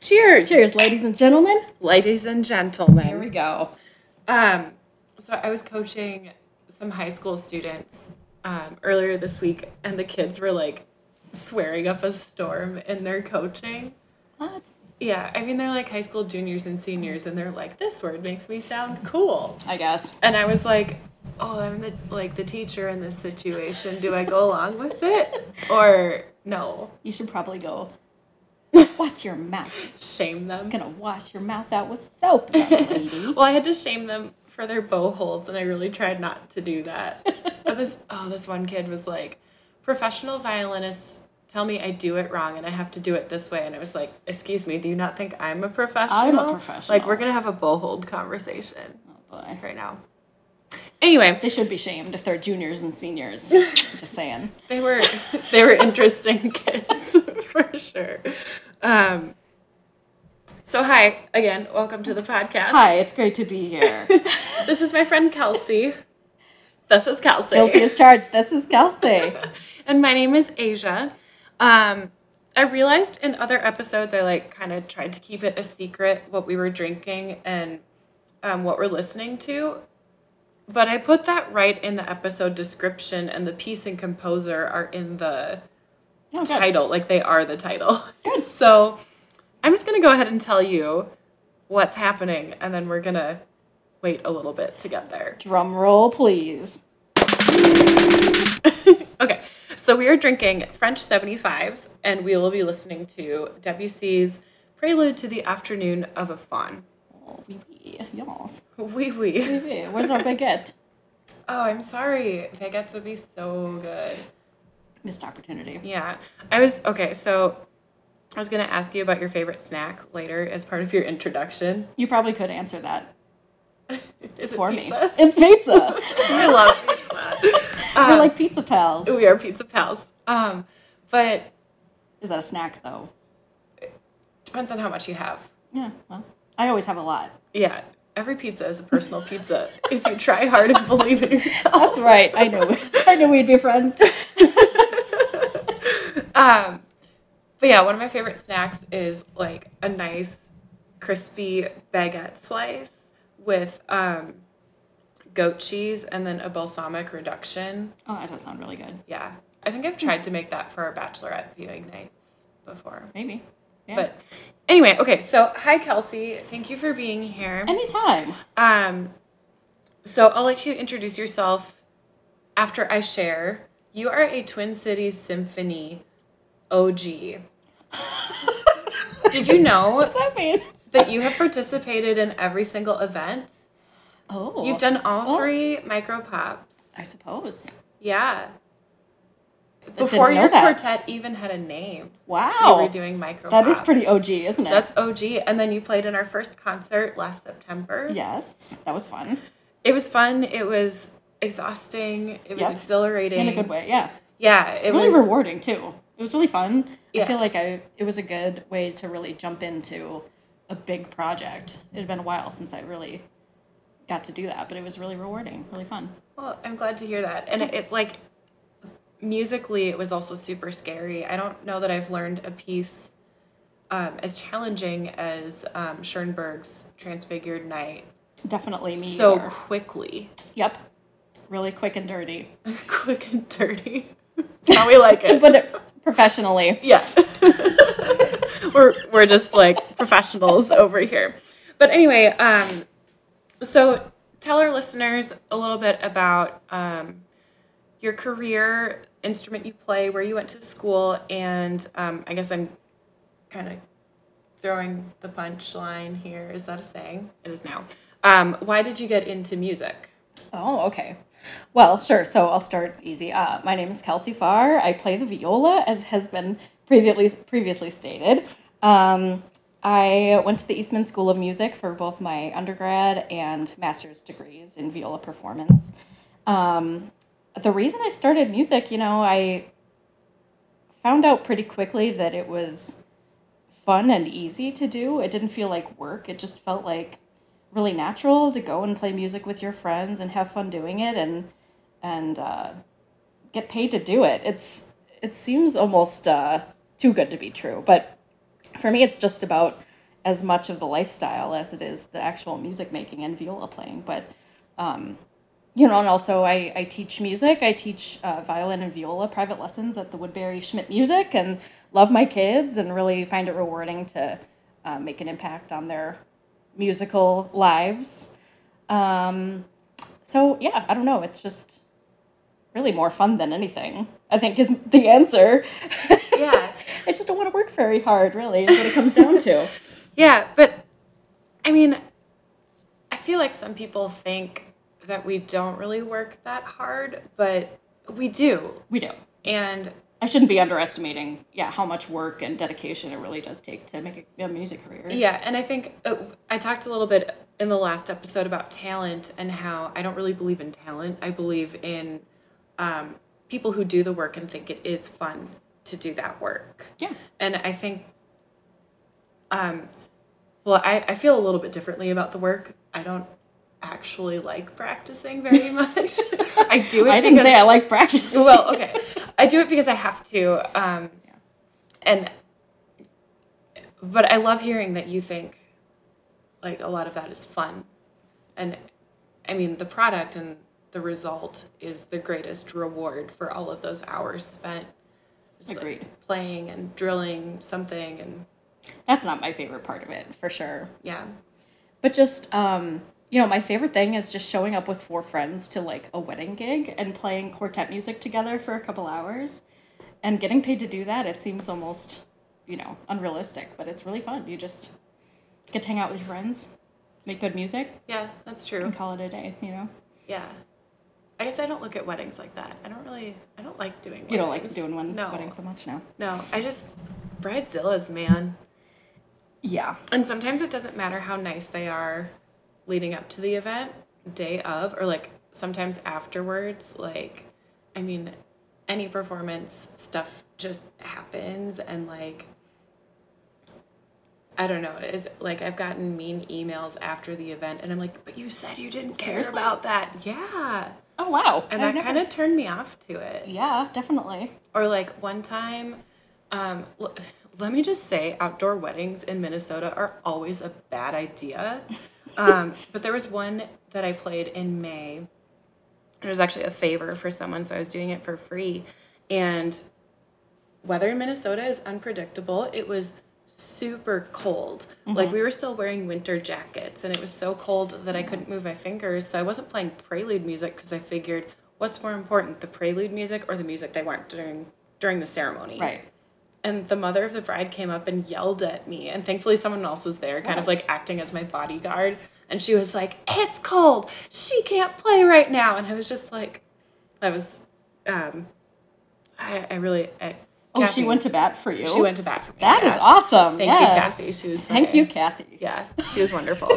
Cheers. Cheers, ladies and gentlemen. Ladies and gentlemen. Here we go. Um, so I was coaching some high school students um, earlier this week, and the kids were like swearing up a storm in their coaching. What? Yeah, I mean, they're like high school juniors and seniors, and they're like, this word makes me sound cool. I guess. And I was like, oh, I'm the like the teacher in this situation. Do I go along with it or no? You should probably go watch your mouth. Shame them. I'm gonna wash your mouth out with soap, young lady. Oh, Well, I had to shame them for their bow holds, and I really tried not to do that. but this, oh, this one kid was like, professional violinists tell me I do it wrong and I have to do it this way. And I was like, excuse me, do you not think I'm a professional? professional. Like, we're going to have a bow hold conversation oh boy. right now. Anyway, They should be shamed if they're juniors and seniors. Just saying. they were they were interesting kids for sure. Um, so hi again, welcome to the podcast. Hi, it's great to be here. This is my friend Kelsey. This is Kelsey. Guilty as charged. This is Kelsey. and my name is Asia. Um, I realized in other episodes I like kind of tried to keep it a secret what we were drinking and um, what we're listening to, but I put that right in the episode description, and the piece and composer are in the Oh, good. title, like they are the title. so I'm just gonna go ahead and tell you what's happening, and then we're gonna wait a little bit to get there. Drum roll, please. Okay, so we are drinking French 75s, and we will be listening to Debussy's Prelude to the Afternoon of a Fawn. Oh, wee wee. Yes. Wee Wee wee. wee. Where's our baguette? Oh, I'm sorry. Baguettes would be so good. Missed opportunity. Yeah. I was, okay, so I was going to ask you about your favorite snack later as part of your introduction. You probably could answer that Is it for me. pizza? It's pizza. I love pizza. We're Um, like pizza pals. we are pizza pals. Um, but Is that a snack though? depends on how much you have. Yeah. Well, I always have a lot. Yeah, every pizza is a personal pizza if you try hard and believe in yourself. That's right. I know. I knew we'd be friends. Oh, Um, but yeah, one of my favorite snacks is like a nice crispy baguette slice with um, goat cheese and then a balsamic reduction. Oh, that does sound really good. Yeah, I think I've tried to make that for our bachelorette viewing nights before. Maybe. Yeah. But anyway, okay, so hi Kelsey, thank you for being here. Anytime. Um, so I'll let you introduce yourself after I share. You are a Twin Cities Symphony OG. Did you know What's that mean? that you have participated in every single event? Oh. You've done all Oh. three micro pops. I suppose. Yeah. didn't Before know your that. quartet even had a name, you Wow. were doing micro That is pops. pretty OG, isn't it? That's OG. And then you played in our first concert last September. yes. That was fun. It was fun. It was exhausting. It was Yep. exhilarating. In a good way. Yeah. Yeah, it really was. rewarding too. It was really fun. Yeah. I feel like I it was a good way to really jump into a big project. It had been a while since I really got to do that, but it was really rewarding, really fun. Well, I'm glad to hear that. And it, it like musically, it was also super scary. I don't know that I've learned a piece um, as challenging as um, Schoenberg's Transfigured Night Definitely me. so either. quickly, Yep. Really quick and dirty. quick and dirty. That's how we like to it. put it professionally. Yeah. we're we're just like professionals over here. But anyway, um so tell our listeners a little bit about um your career, instrument you play, where you went to school, and um I guess I'm kind of throwing the punchline here. Is that a saying? It is now. Um why did you get into music? Oh, okay. Well, sure. So I'll start easy. Uh, my name is Kelsey Farr. I play the viola, as has been previously previously stated. Um, I went to the Eastman School of Music for both my undergrad and master's degrees in viola performance. Um, the reason I started music, you know, I found out pretty quickly that it was fun and easy to do. It didn't feel like work. It just felt like really natural to go and play music with your friends and have fun doing it and and uh, get paid to do it. It's it seems almost uh, too good to be true, but for me, it's just about as much of the lifestyle as it is the actual music making and viola playing. But, um, you know, and also I, I teach music. I teach uh, violin and viola private lessons at the Woodbury Schmidt Music and love my kids and really find it rewarding to uh, make an impact on their musical lives. Um, so, yeah, I don't know. It's just really more fun than anything, I think is the answer. Yeah. I just don't want to work very hard, really, is what it comes down to. Yeah, but I mean, I feel like some people think that we don't really work that hard, but we do. We do. And I shouldn't be underestimating, yeah, how much work and dedication it really does take to make a, a music career. yeah, and I think uh, I talked a little bit in the last episode about talent and how I don't really believe in talent. I believe in um, people who do the work and think it is fun to do that work. Yeah. And I think, um, well, I, I feel a little bit differently about the work. I don't actually like practicing very much. I do it. I didn't because- say I like practice. well, okay. I do it because I have to. Um, And, but I love hearing that you think, like, a lot of that is fun. And, I mean, the product and the result is the greatest reward for all of those hours spent. just, like, Agreed. playing and drilling something and, That's not my favorite part of it, for sure. yeah. But just, um, you know, my favorite thing is just showing up with four friends to like a wedding gig and playing quartet music together for a couple hours. And getting paid to do that, it seems almost, you know, unrealistic, but it's really fun. You just get to hang out with your friends, make good music, Yeah, that's true. and call it a day, you know? Yeah. I guess I don't look at weddings like that. I don't really, I don't like doing weddings. You don't like doing one no. wedding so much now. No, I just, bridezilla's, man. Yeah. And sometimes it doesn't matter how nice they are leading up to the event, day of, or like sometimes afterwards. Like, I mean, any performance stuff just happens. And like, I don't know, is like I've gotten mean emails after the event, and I'm like, but you said you didn't care Seriously? about that. Yeah. Oh wow. And I've that never- kind of turned me off to it. Yeah, definitely. Or like one time, um, l- let me just say, outdoor weddings in Minnesota are always a bad idea. Um, but there was one that I played in May. It was actually a favor for someone, so I was doing it for free. And weather in Minnesota is unpredictable. It was super cold. Like we were still wearing winter jackets and it was so cold that I couldn't move my fingers. So I wasn't playing prelude music because I figured what's more important, the prelude music or the music they weren't during during the ceremony. Right. And the mother of the bride came up and yelled at me. And thankfully someone else was there, kind of Wow. like acting as my bodyguard. And she was like, It's cold. She can't play right now. And I was just like I was um I, I really I, Oh, she Kathy- went to bat for you. she went to bat for me. That is yeah. awesome. Thank you, yes. Kathy. She was Thank my- you, Kathy. Yeah, she was wonderful.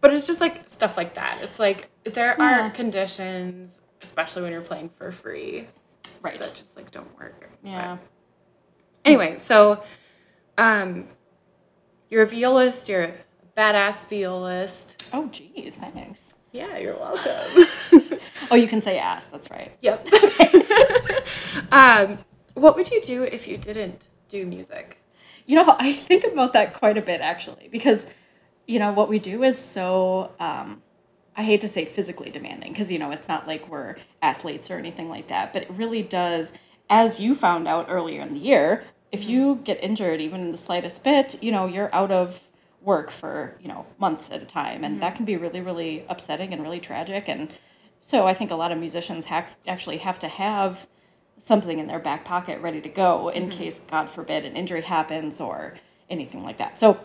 but it's just like stuff like that. It's like there are Yeah. conditions, especially when you're playing for free, Right. that just like don't work. Yeah. But anyway, so um, you're a violist. You're a badass violist. Oh, geez, thanks. Yeah, you're welcome. Oh, you can say ass. That's right. yep. um, what would you do if you didn't do music? You know, I think about that quite a bit actually, because you know what we do is so. Um, I hate to say physically demanding because you know it's not like we're athletes or anything like that, but it really does. As you found out earlier in the year, if Mm-hmm. you get injured even in the slightest bit, you know you're out of work for you know months at a time, and Mm-hmm. that can be really, really upsetting and really tragic. And so I think a lot of musicians ha- actually have to have something in their back pocket ready to go in Mm-hmm. case, God forbid, an injury happens or anything like that. So,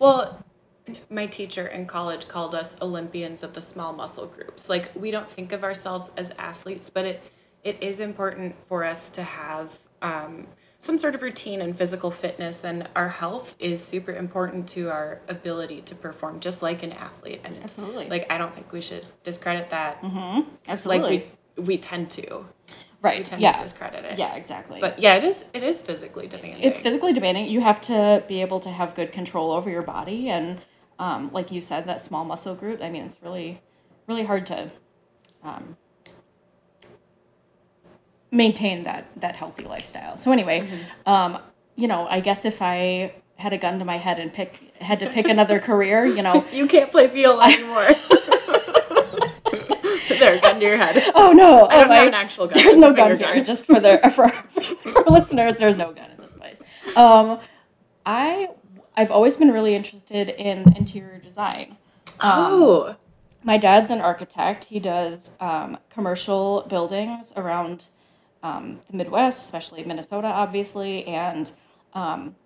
Well, n- my teacher in college called us Olympians of the small muscle groups. Like we don't think of ourselves as athletes, but it it is important for us to have um, some sort of routine and physical fitness, and our health is super important to our ability to perform, just like an athlete. And it's- Absolutely. Mm-hmm. like I don't think we should discredit that. Like absolutely. we we tend to we right. tend to Yeah. discredit it. Yeah, exactly. But yeah, it is it is physically demanding. it's physically demanding. You have to be able to have good control over your body. And um, like you said, that small muscle group, I mean, it's really, really hard to um, Mm-hmm. maintain that, that healthy lifestyle. So, anyway, um, you know, I guess if I had a gun to my head and pick had to pick another career, you know. You can't play viola anymore. there, gun to your head. Oh no! I don't oh, have an actual gun. There's It's a no gun finger here. Just for the for, for our listeners, there's no gun in this place. Um, I I've always been really interested in interior design. Um, Oh, my dad's an architect. He does um, commercial buildings around um, the Midwest, especially Minnesota, obviously, and um,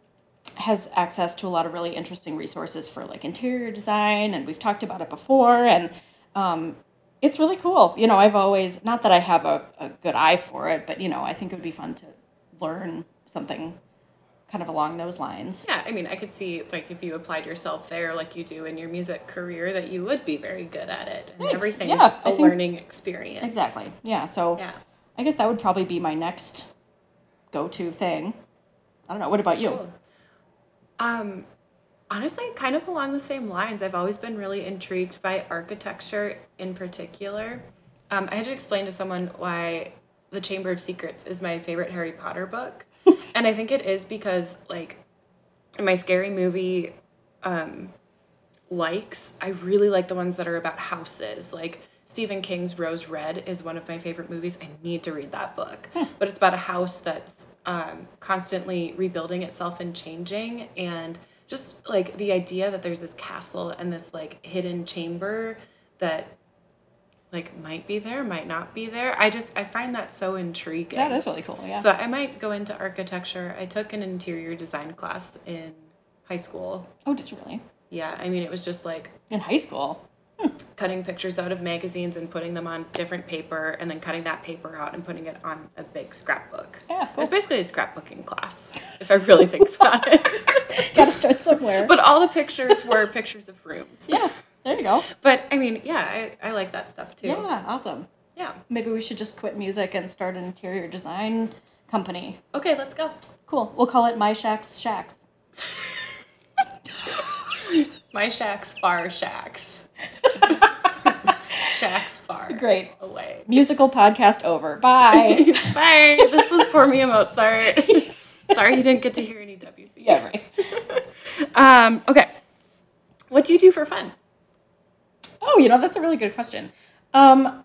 has access to a lot of really interesting resources for like interior design. And we've talked about it before, and um, it's really cool. You know, I've always not that I have a, a good eye for it, but you know, I think it would be fun to learn something kind of along those lines. yeah. I mean, I could see like if you applied yourself there, like you do in your music career, that you would be very good at it. And Thanks. everything's Yeah, I a think- learning experience. Exactly. Yeah. So. Yeah. I guess that would probably be my next go-to thing. I don't know. What about you? Cool. Um, honestly, kind of along the same lines, I've always been really intrigued by architecture in particular. Um, I had to explain to someone why The Chamber of Secrets is my favorite Harry Potter book. and I think it is because, like, my scary movie um, likes, I really like the ones that are about houses. Like, Stephen King's Rose Red is one of my favorite movies. I need to read that book. But it's about a house that's um, constantly rebuilding itself and changing. And just like the idea that there's this castle and this like hidden chamber that like might be there, might not be there. I just, I find that so intriguing. That is really cool. Yeah. So I might go into architecture. I took an interior design class in high school. oh, did you really? Yeah, I mean, it was just like In high school? cutting pictures out of magazines and putting them on different paper and then cutting that paper out and putting it on a big scrapbook. It Yeah. was Cool. basically a scrapbooking class, if I really think about it. Got to start somewhere. but all the pictures were pictures of rooms. yeah. There you go. But I mean, yeah, I, I like that stuff too. Yeah. Awesome. Yeah. Maybe we should just quit music and start an interior design company. Okay, let's go. Cool. We'll call it My Shacks Shacks. My shacks, far shacks. shacks far Great. away. Musical podcast over. Bye. Bye. This was Pour Me a Mozart. Sorry you didn't get to hear any WC. yeah. Right. Um, okay. What do you do for fun? Oh, you know, that's a really good question. Um,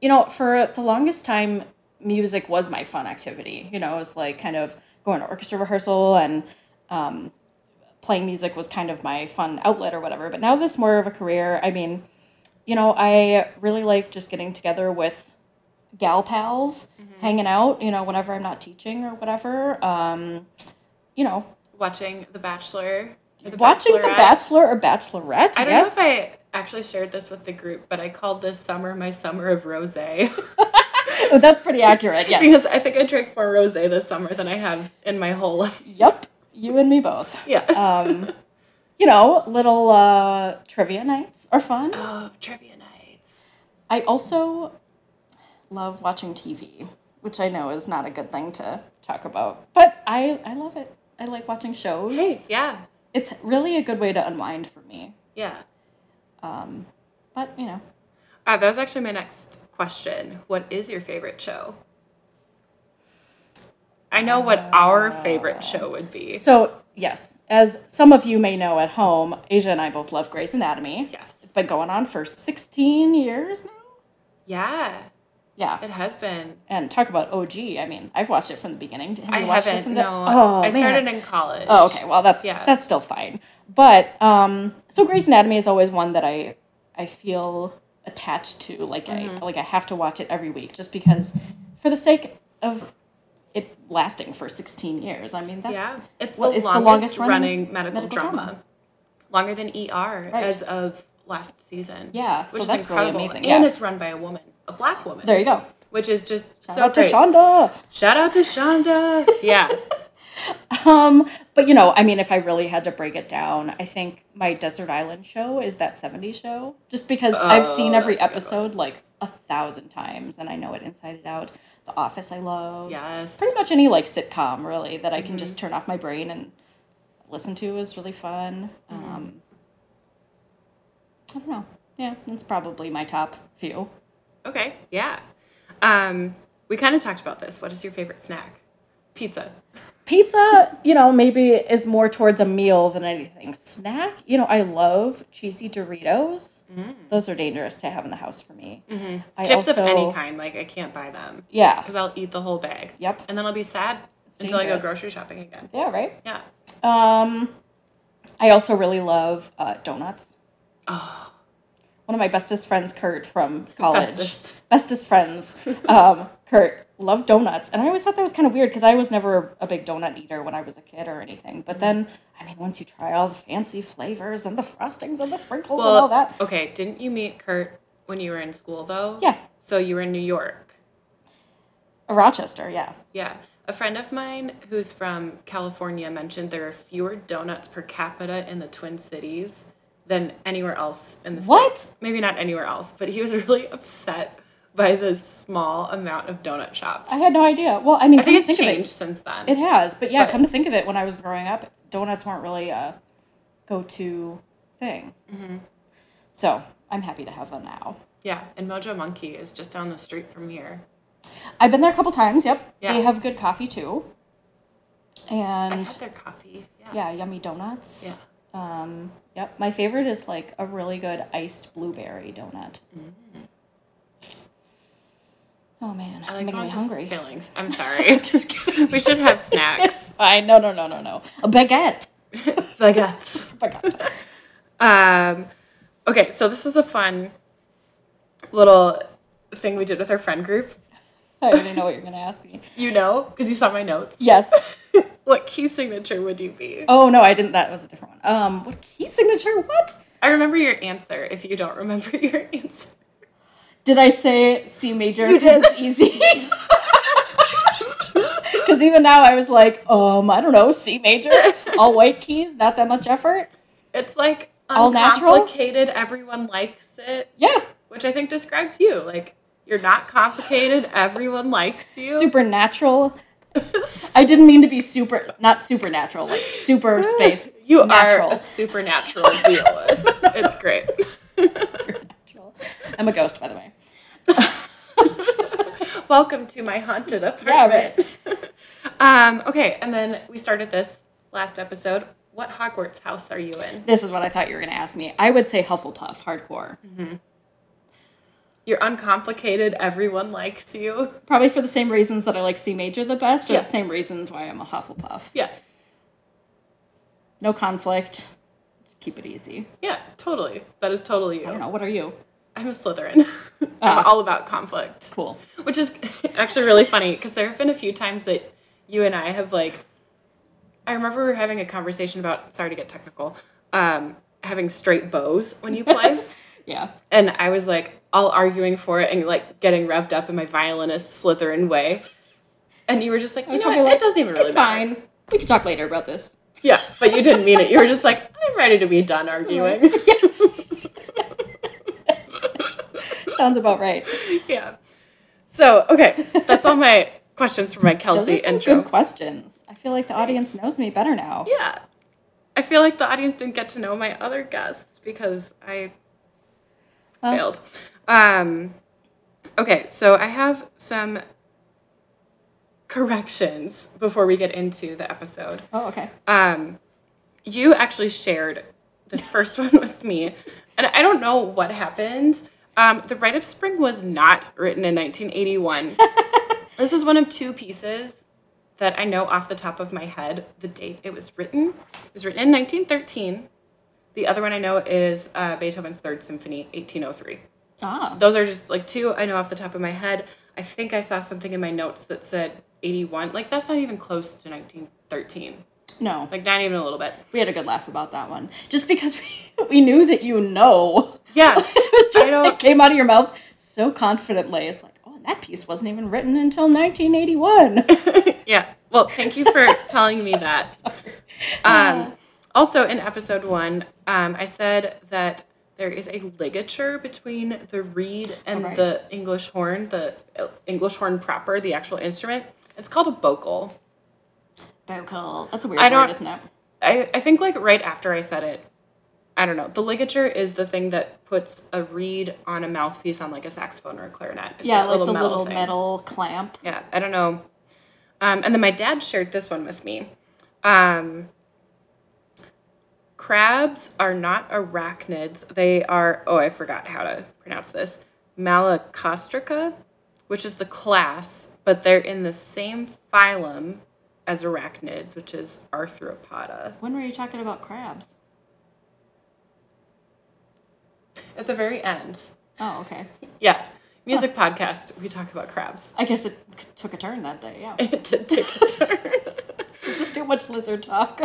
you know, for the longest time, music was my fun activity. You know, it was like kind of going to orchestra rehearsal and um, playing music was kind of my fun outlet or whatever. But now that's more of a career. I mean, you know, I really like just getting together with gal pals, Mm-hmm. hanging out, you know, whenever I'm not teaching or whatever. Um, you know, Watching The Bachelor. or The watching The Bachelorette. Bachelor or Bachelorette. I don't yes. know if I actually shared this with the group, but I called this summer my summer of rosé oh, that's pretty accurate. Yes. because I think I drank more rosé this summer than I have in my whole life. Yep, you and me both. Yeah. Um, you know, little uh, trivia nights are fun. oh, trivia nights. I also love watching TV, which I know is not a good thing to talk about, but I I love it. I like watching shows. Hey, yeah, It's really a good way to unwind for me. yeah. Um, but you know, Uh, that was actually my next question. What is your favorite show? I know what our favorite show would be. Ah. so yes, as some of you may know at home, Asia and I both love Grey's Anatomy. Yes. It's been going on for 16 years now. Yeah, Yeah. it has been. and talk about OG. I mean, I've watched it from the beginning. Have I you watched it haven't. from the- No, oh, I man. started in college. Oh, okay. Well, that's Yeah. that's still fine. But um, so Grey's Anatomy is always one that I I feel attached to. Like Mm-hmm. I like I have to watch it every week just because, for the sake of it lasting for sixteen years. I mean, that's yeah, it's what the, is the longest longest running, running medical, medical drama. drama. longer than ER Right. as of last season. Yeah, which so is that's really incredible. amazing, And yeah. it's run by a woman, a black woman, There you go. which is just Shout so out great. to Shonda. Shout out to Shonda. yeah, Um, but you know, I mean, if I really had to break it down, I think my desert island show is that '70s show, just because I've seen Oh, every that's a good one. episode like a thousand times, and I know it inside and out. The Office, I love. yes. Pretty much any like sitcom really that I Mm-hmm. can just turn off my brain and listen to is really fun. Mm-hmm. Um, I don't know. Yeah, that's probably my top few. Okay, yeah. Um, we kind of talked about this. What is your favorite snack? Pizza. pizza, you know, maybe is more towards a meal than anything. Snack, you know, I love cheesy Doritos. Those are dangerous to have in the house for me. Mhm. I Mm. Chips of any also- kind, like I can't buy them Yeah. because I'll eat the whole bag, Yep. and then I'll be sad until I dangerous. go grocery shopping again. Yeah, right? Yeah. Um, I also really love uh, donuts. Oh, One of my bestest friends, Kurt, from college. bestest. bestest friends, um, Kurt, loved donuts. And I always thought that was kind of weird because I was never a big donut eater when I was a kid or anything. But Mm. then, I mean, once you try all the fancy flavors and the frostings and the sprinkles and all that. okay. Didn't you meet Kurt when you were in school though? Yeah, So you were in New York. Rochester, yeah. Yeah. A friend of mine who's from California mentioned there are fewer donuts per capita in the Twin Cities than anywhere else in the What? States. Maybe not anywhere else, but he was really upset by the small amount of donut shops. I had no idea. Well, I mean, I think come it's to think of it, changed since then. It has, but yeah, But- come to think of it, when I was growing up, donuts weren't really a go-to thing. Mhm. So I'm happy to have them now. yeah, and Mojo Monkey is just down the street from here. I've been there a couple times. Yep, Yeah. they have good coffee too, I and had their coffee. Yeah. yeah, yummy donuts. Yeah. Um, yep, my favorite is like a really good iced blueberry donut. Oh man, Mm-hmm. I I'm like the making me ones with hungry. fillings. I'm sorry. just kidding. We should have snacks. I no no no no no a baguette. Baguettes. Baguette. Um, okay, so this is a fun little thing we did with our friend group. I already know what you're gonna ask me. You know, because you saw my notes. Yes. What key signature would you be? Oh no, I didn't. That was a different one. Um, what key signature? What I remember your answer if you don't remember your answer. did I say? C major. You 'cause did. It's easy. Because even now, I was like, um, I don't know, C major, all white keys, not that much effort. It's like All natural? uncomplicated, everyone likes it, Yeah, which I think describes you. Like, you're not complicated, everyone likes you. supernatural. I didn't mean to be super, not supernatural, like super space. You natural. are a supernatural realist. it's great. Supernatural. I'm a ghost, by the way. Welcome to my haunted Yeah, apartment. right. um, okay, and then we started this last episode. What Hogwarts house are you in? This is what I thought you were gonna ask me. I would say Hufflepuff, hardcore, You're uncomplicated. Everyone likes you. probably for the same reasons that I like C major the best, or Yeah. the same reasons why I'm a Hufflepuff. Yeah, No conflict. Just keep it easy. yeah, totally. That is totally you. I don't know. What are you? I'm a Slytherin. Ah. I'm all about conflict, Cool. which is actually really funny because there have been a few times that you and I have like. I remember we were having a conversation about. Sorry to get technical. Um, having straight bows when you play. Yeah. and I was like all arguing for it and like getting revved up in my violinist Slytherin way. And you were just like, you know what? it doesn't even really It's matter. fine. We can talk later about this. Yeah, but you didn't mean it. You were just like, I'm ready to be done arguing. Sounds about right. yeah. So okay, that's all my questions for my Those Kelsey are some intro. good questions. I feel like the audience knows me better now. yeah, I feel like the audience didn't get to know my other guests because I Well, failed. Um, okay, so I have some corrections before we get into the episode. Oh, okay. um, you actually shared this first one with me, and I don't know what happened. Um, the Rite of Spring was not written in 1981. this is one of two pieces that I know off the top of my head the date it was written. It was written in 1913. The other one I know is uh, Beethoven's Third Symphony, 1803. Ah. Those are just like two I know off the top of my head. I think I saw something in my notes that said 81. Like, that's not even close to 1913. No. Like, not even a little bit. We had a good laugh about that one. Just because we, we knew that you know. Yeah. It was just, I don't- it came out of your mouth so confidently. It's like, oh, that piece wasn't even written until 1981. yeah. Well, thank you for telling me that. Um, also, in episode one, um, I said that there is a ligature between the reed and Alright. the English horn, the uh, English horn proper, the actual instrument. It's called a bocal. Vocal. That's a weird I don't- word, isn't it? I, I think, like, right after I said it, I don't know. The ligature is the thing that puts a reed on a mouthpiece on, like, a saxophone or a clarinet. It's yeah, that like the metal little thing. metal clamp. Yeah, I don't know. Um, and then my dad shared this one with me. Um, crabs are not arachnids. They are, oh, I forgot how to pronounce this, Malacostrica, which is the class, but they're in the same phylum as arachnids, which is Arthropoda. When were you talking about crabs? At the very end. Oh, okay. Yeah. Music podcast, we talk about crabs. I guess it c- took a turn that day. Yeah. It did take a turn. this is too much lizard talk.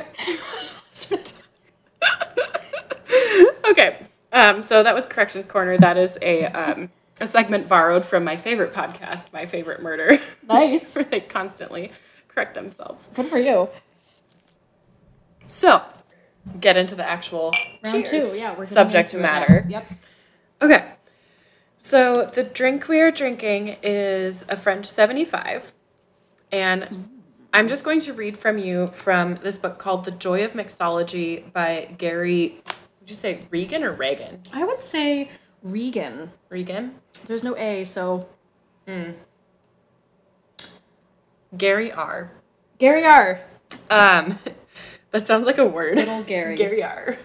okay. Um, so that was Corrections Corner. That is a, um, a segment borrowed from my favorite podcast, My Favorite Murder, nice. where they constantly correct themselves. Good for you. So, get into the actual Round Cheers. two. Yeah, we're getting subject into it now. matter. Yep. Okay. So, the drink we are drinking is a French 75. And I'm just going to read from you from this book called The Joy of Mixology by Gary, would you say Regan or Reagan? I would say Regan. Regan? There's no A, so Gary R. Gary R. Um, that sounds like a word. Little Gary. Gary R.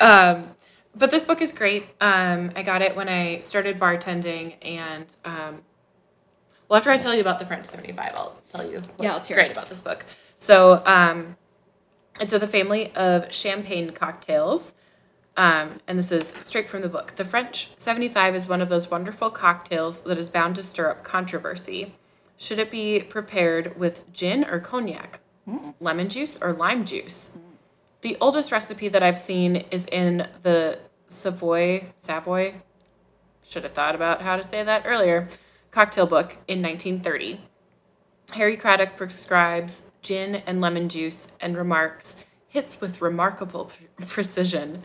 Um, but this book is great. Um, I got it when I started bartending, and um, well, after I tell you about the French 75, I'll tell you what's Yeah, let's hear great it. about this book. So um, it's of the family of champagne cocktails. Um, and this is straight from the book. The French 75 is one of those wonderful cocktails that is bound to stir up controversy. Should it be prepared with gin or cognac, Mm. lemon juice or lime juice? The oldest recipe that I've seen is in the Savoy, Savoy, should have thought about how to say that earlier, cocktail book in 1930. Harry Craddock prescribes gin and lemon juice and remarks, hits with remarkable pre- precision.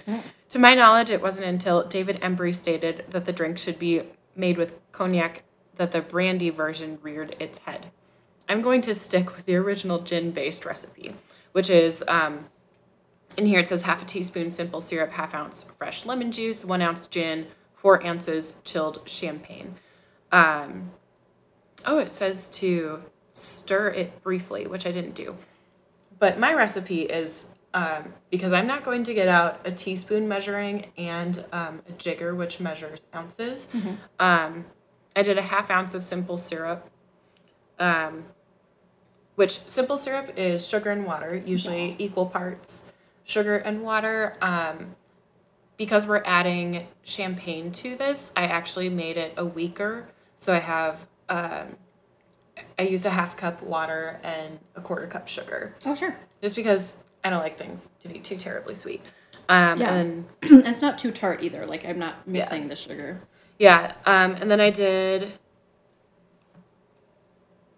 To my knowledge, it wasn't until David Embry stated that the drink should be made with cognac that the brandy version reared its head. I'm going to stick with the original gin based recipe, which is um, in here it says half a teaspoon simple syrup, half ounce fresh lemon juice, one ounce gin, four ounces chilled champagne. Um, oh, it says to stir it briefly, which I didn't do. But my recipe is um, because I'm not going to get out a teaspoon measuring and um, a jigger, which measures ounces. Um, I did a half ounce of simple syrup, um, which simple syrup is sugar and water, usually equal parts sugar and water. Um, because we're adding champagne to this, I actually made it a weaker. So I have, um, I used a half cup water and a quarter cup sugar Oh, sure. just because I don't like things to be too terribly sweet. Um, Yeah. And it's not too tart either. Like I'm not missing the sugar. yeah. Um, and then I did.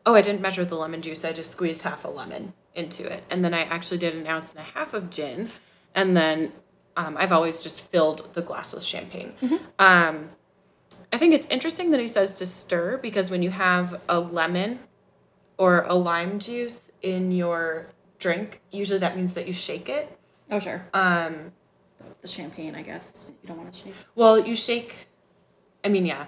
Oh, I didn't measure the lemon juice. I just squeezed half a lemon into it, and then I actually did an ounce and a half of gin, and then um, I've always just filled the glass with champagne. Um, I think it's interesting that he says to stir because when you have a lemon or a lime juice in your drink, usually that means that you shake it. Oh, sure. Um, The champagne, I guess. You don't want to shake. Well, you shake. I mean, yeah,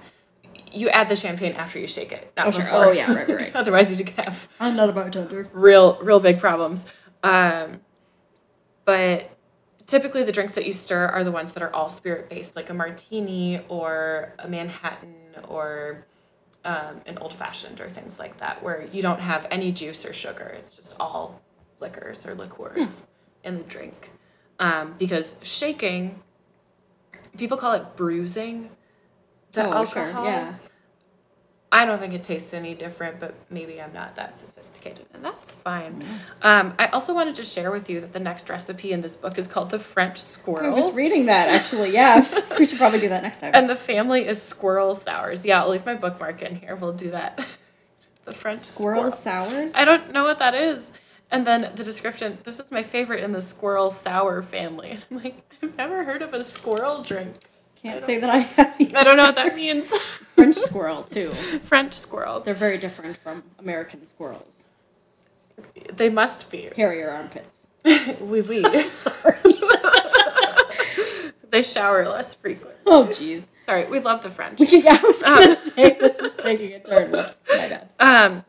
you add the champagne after you shake it. Not Oh, sure. before. Oh, yeah, right, right, right. Otherwise, you do have I'm not a bartender. real, real big problems. Um, but typically, the drinks that you stir are the ones that are all spirit based, like a martini or a Manhattan or um, an old fashioned or things like that, where you don't have any juice or sugar. It's just all liquors or liqueurs Hmm. in the drink. Um, because shaking, people call it bruising the oh, alcohol. sure. Yeah. I don't think it tastes any different, but maybe I'm not that sophisticated, and that's fine. Um, I also wanted to share with you that the next recipe in this book is called the French I squirrel, was reading that actually. Yeah. I was- we should probably do that next time. and the family is squirrel sours. Yeah, I'll leave my bookmark in here. We'll do that. the French Squirrel squirrel. sours. I don't know what that is. And then the description. This is my favorite in the squirrel sour family. And I'm like, I've never heard of a squirrel drink. Can't I say that I have. either. I don't know what that means. French squirrel too. French squirrel. They're very different from American squirrels. They must be. Hairier armpits. Wee wee. I'm sorry. they shower less frequently. Oh, jeez. Sorry, we love the French. Yeah, I was Oh. gonna say this is taking a turn. Whoops, my bad. Um,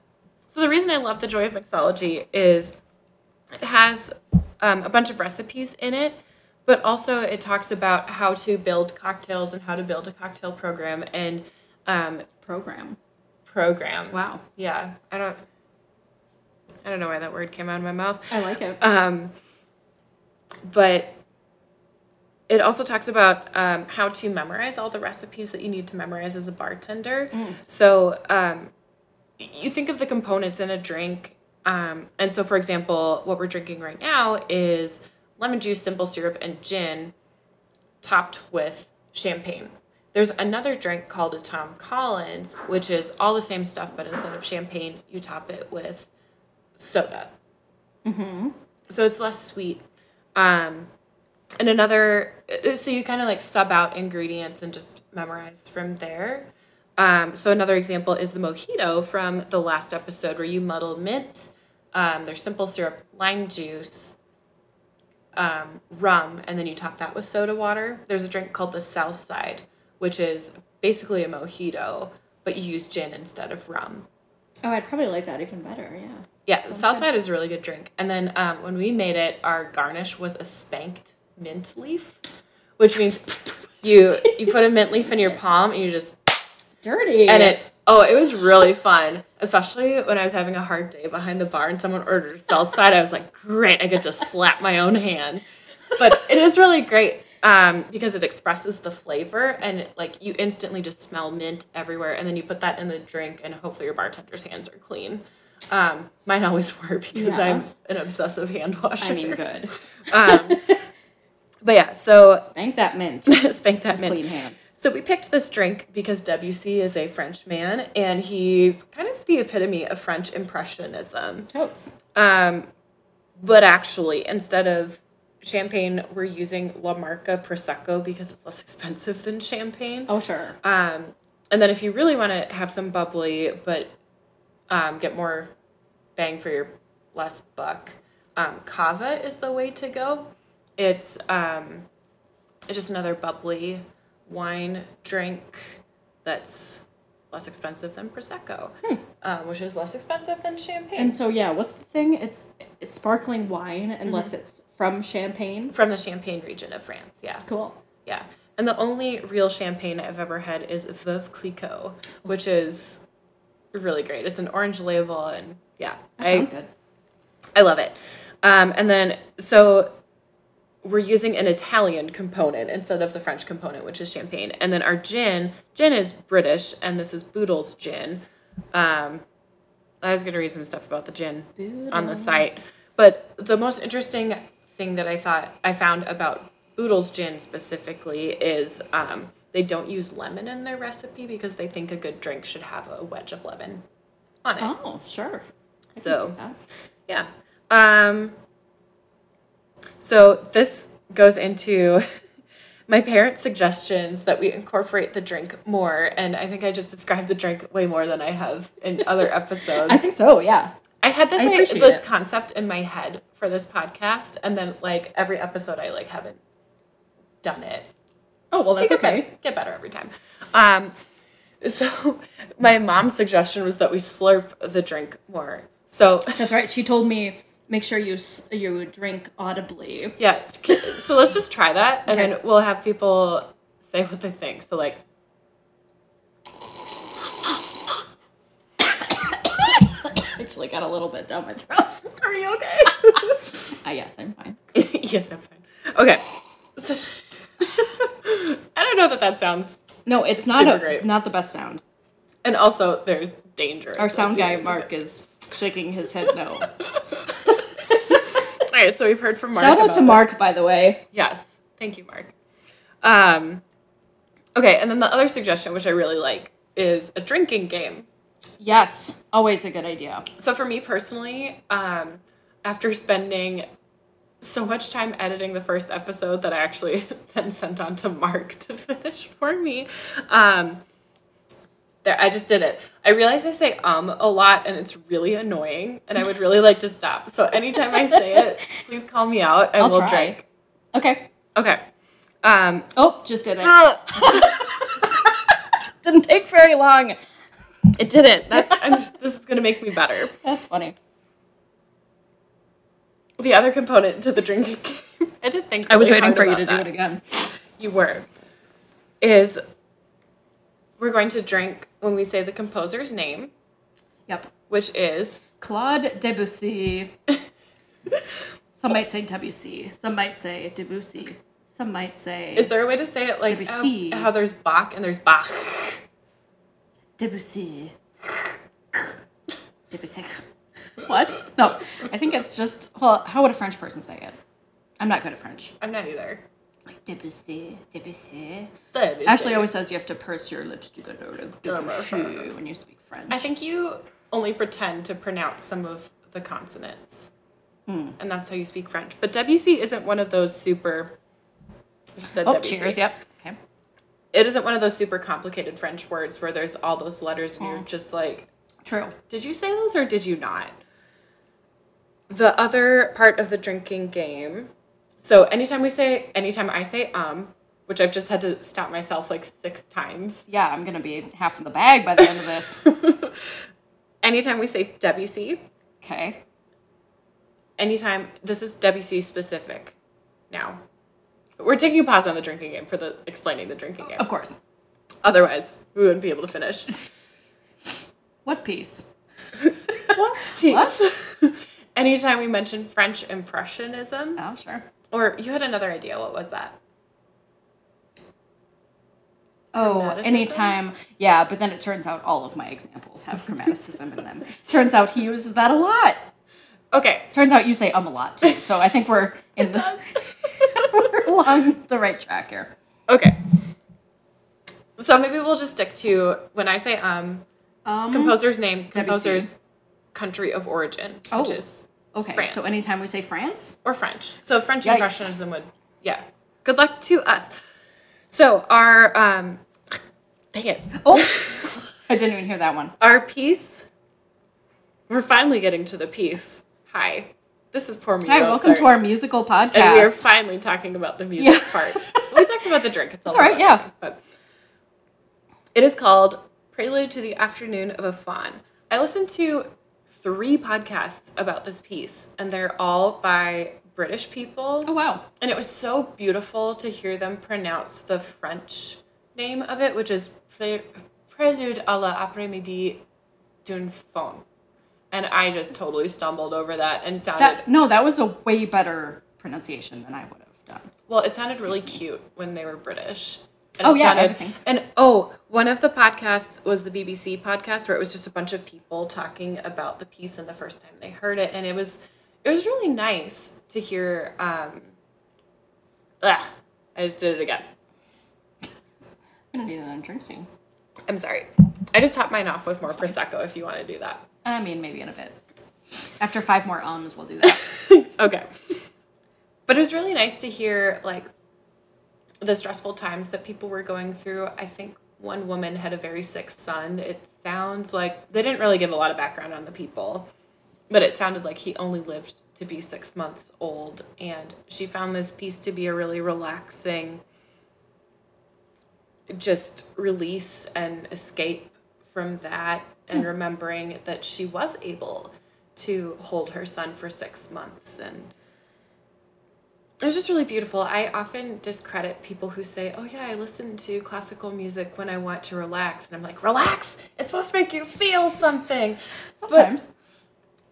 So the reason I love the Joy of Mixology is it has um, a bunch of recipes in it, but also it talks about how to build cocktails and how to build a cocktail program and um, Program. program. Wow. Yeah, I don't. I don't know why that word came out of my mouth. I like it. Um, but it also talks about um, how to memorize all the recipes that you need to memorize as a bartender. So um, y- you think of the components in a drink. Um, and so, for example, what we're drinking right now is lemon juice, simple syrup, and gin topped with champagne. There's another drink called a Tom Collins, which is all the same stuff, but instead of champagne, you top it with soda Mm-hmm. so it's less sweet um and another uh, so you kind of like sub out ingredients and just memorize from there um so another example is the mojito from the last episode where you muddle mint um there's simple syrup lime juice um, rum and then you top that with soda water there's a drink called the south side which is basically a mojito but you use gin instead of rum Oh, I'd probably like that even better. Yeah. yeah, Sounds Southside is a really good drink. And then um, when we made it, our garnish was a spanked mint leaf, which means you you put a mint leaf in your palm and you just Dirty. and it oh it was really fun. Especially when I was having a hard day behind the bar and someone ordered Southside, I was like, great, I get to slap my own hand. But it is really great um, because it expresses the flavor and it, like you instantly just smell mint everywhere, and then you put that in the drink, and hopefully your bartender's hands are clean. Um, mine always were because Yeah. I'm an obsessive hand washer. I mean, good. um, but yeah, so Spank that mint. spank that mint. Clean hands. So we picked this drink because WC is a French man and he's kind of the epitome of French impressionism. Totes. Um, but actually, instead of champagne, we're using La Marca Prosecco because it's less expensive than champagne. Oh, sure. Um, and then if you really want to have some bubbly but um, get more bang for your less buck, um, kava is the way to go. It's um, it's just another bubbly wine drink that's less expensive than prosecco, um, which is less expensive than champagne. And so, yeah, what's the thing? It's, it's sparkling wine, Mm-hmm. unless it's from champagne. from the Champagne region of France, yeah, Cool. yeah. And the only real champagne I've ever had is Veuve Clicquot, which is really great. It's an orange label, and yeah, That I sounds good. I love it. Um, and then so we're using an Italian component instead of the French component, which is champagne. And then our gin, gin is British, and this is Boodle's gin. Um, I was gonna read some stuff about the gin on the site, but the most interesting thing that I thought I found about Boodle's gin specifically is um, they don't use lemon in their recipe because they think a good drink should have a wedge of lemon on it. Oh, sure. I can So- see that. Yeah. Um, so this goes into my parents' suggestions that we incorporate the drink more, and I think I just described the drink way more than I have in other episodes. I think so. Yeah. I had this I like, appreciate this it. concept in my head for this podcast, and then like every episode, I like haven't done it Oh well, that's I get okay. better- Get better every time. Um, so my mom's suggestion was that we slurp the drink more. So That's right. She told me make sure you s- you drink audibly. Yeah. So let's just try that, and Okay. then we'll have people say what they think. So like, Actually, got a little bit down my throat. are you okay? I Uh, yes, I'm fine. yes, I'm fine. Okay. So, I don't know that that sounds. No, it's not Super a, great. not the best sound. And also, there's danger. Our sound guy associated with Mark it. is shaking his head no. All right. So we've heard from Mark. Shout out about to this. Mark, by the way. Yes. Thank you, Mark. Um, okay. And then the other suggestion, which I really like, is a drinking game. Yes, always a good idea. So for me personally, um, after spending so much time editing the first episode that I actually then sent on to Mark to finish for me, um, there I just did it. I realize I say um a lot and it's really annoying, and I would really like to stop. So anytime I say it, please call me out. I I'll will try. drink. Okay. Okay. Um, Ah. Oh, just did it. Didn't take very long. It didn't. That's I'm just, this is going to make me better. That's funny. The other component to the drinking game. I did think. I was really hard waiting for you about to that. do it again. you were is we're going to drink when we say the composer's name, Yep. which is Claude Debussy. some might say Debussy. Some might say Debussy. Some might say is there a way to say it like Debussy. how- how there's Bach and there's Bach. Debussy. Debussy. What? No, I think it's just, well, how would a French person say it? I'm not good at French. I'm not either. Like Debussy, Debussy. Debussy. Ashley always says you have to purse your lips to get out of Debussy when you speak French. I think you only pretend to pronounce some of the consonants. Hmm. And that's how you speak French. But Debussy isn't one of those super. I just said Oh, Debussy. cheers. Yep. Okay. It isn't one of those super complicated French words where there's all those letters and you're Hmm. just like, True. did you say those or did you not? The other part of the drinking game. So anytime we say, anytime I say um, which I've just had to stop myself like six times. Yeah, I'm going to be half in the bag by the end of this. Anytime we say Debussy, Okay. anytime this is WC specific now. We're taking a pause on the drinking game for the explaining the drinking game. Of course. Otherwise, we wouldn't be able to finish. What piece? what? anytime we mention French impressionism Oh, sure. or you had another idea, what was that? Oh, Chromaticism? anytime. Yeah, but then it turns out all of my examples have chromaticism in them. Turns out he uses that a lot. Okay. Turns out you say um a lot too. So I think we're in the, we're along the right track here. okay. So maybe we'll just stick to when I say um Um, composer's name, Debussy. composer's country of origin, Oh. which is Okay, France. so anytime we say France, or French. So French Yikes. impressionism would, yeah. Good luck to us. So our, um, dang it, oh, I didn't even hear that one. our piece. We're finally getting to the piece. Hi, this is poor me. Hi, welcome to our musical podcast. And we are finally talking about the music Yeah. part. We talked about the drink. It's also all right, about yeah. drinking, but it is called "Prelude to the Afternoon of a Fawn." I listened to three podcasts about this piece, and they're all by British people. oh wow, And it was so beautiful to hear them pronounce the French name of it, which is Pre- Prelude à l'après-midi d'une faune. And I just totally stumbled over that and sounded that no, that was a way better pronunciation than I would have done. well, it sounded really cute when they were British. And Oh, it yeah, sounded- everything. And oh, one of the podcasts was the BBC podcast where it was just a bunch of people talking about the piece and the first time they heard it, and it was it was really nice to hear. Um, ugh, I just did it again. I'm gonna need another drink soon. I'm sorry. I just topped mine off with more prosecco if you want to do that. I mean, maybe in a bit. After five more ums, we'll do that. okay. But it was really nice to hear like the stressful times that people were going through. I think one woman had a very sick son. It sounds like they didn't really give a lot of background on the people, but it sounded like he only lived to be six months old. And she found this piece to be a really relaxing, just release and escape from that, and remembering that she was able to hold her son for six months and it was just really beautiful. I often discredit people who say, "Oh yeah, I listen to classical music when I want to relax," and I'm like, "Relax! It's supposed to make you feel something." But- Sometimes.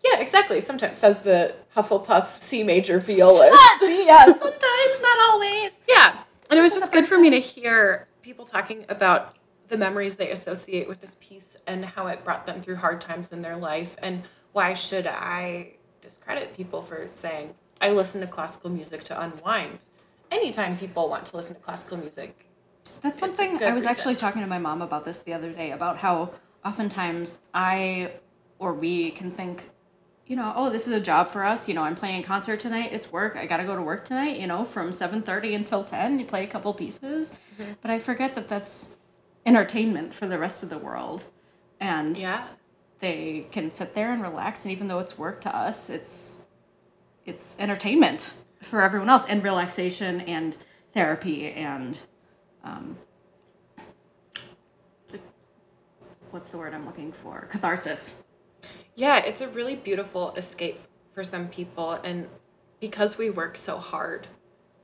yeah, exactly. Sometimes says the Hufflepuff C major violist. See, yeah, sometimes, not always. Yeah. And it was just good for me to hear people talking about the memories they associate with this piece and how it brought them through hard times in their life. And why should I discredit people for saying, I listen to classical music to unwind? Anytime people want to listen to classical music, That's something good I was reason. actually talking to my mom about this the other day about how oftentimes I or we can think, you know, oh, this is a job for us. You know, I'm playing a concert tonight. It's work. I got to go to work tonight. You know, from seven thirty until ten, you play a couple pieces. But I forget that that's entertainment for the rest of the world, and yeah, they can sit there and relax. And even though it's work to us, it's it's entertainment for everyone else and relaxation and therapy and um, what's the word I'm looking for? Catharsis. Yeah, it's a really beautiful escape for some people. And because we work so hard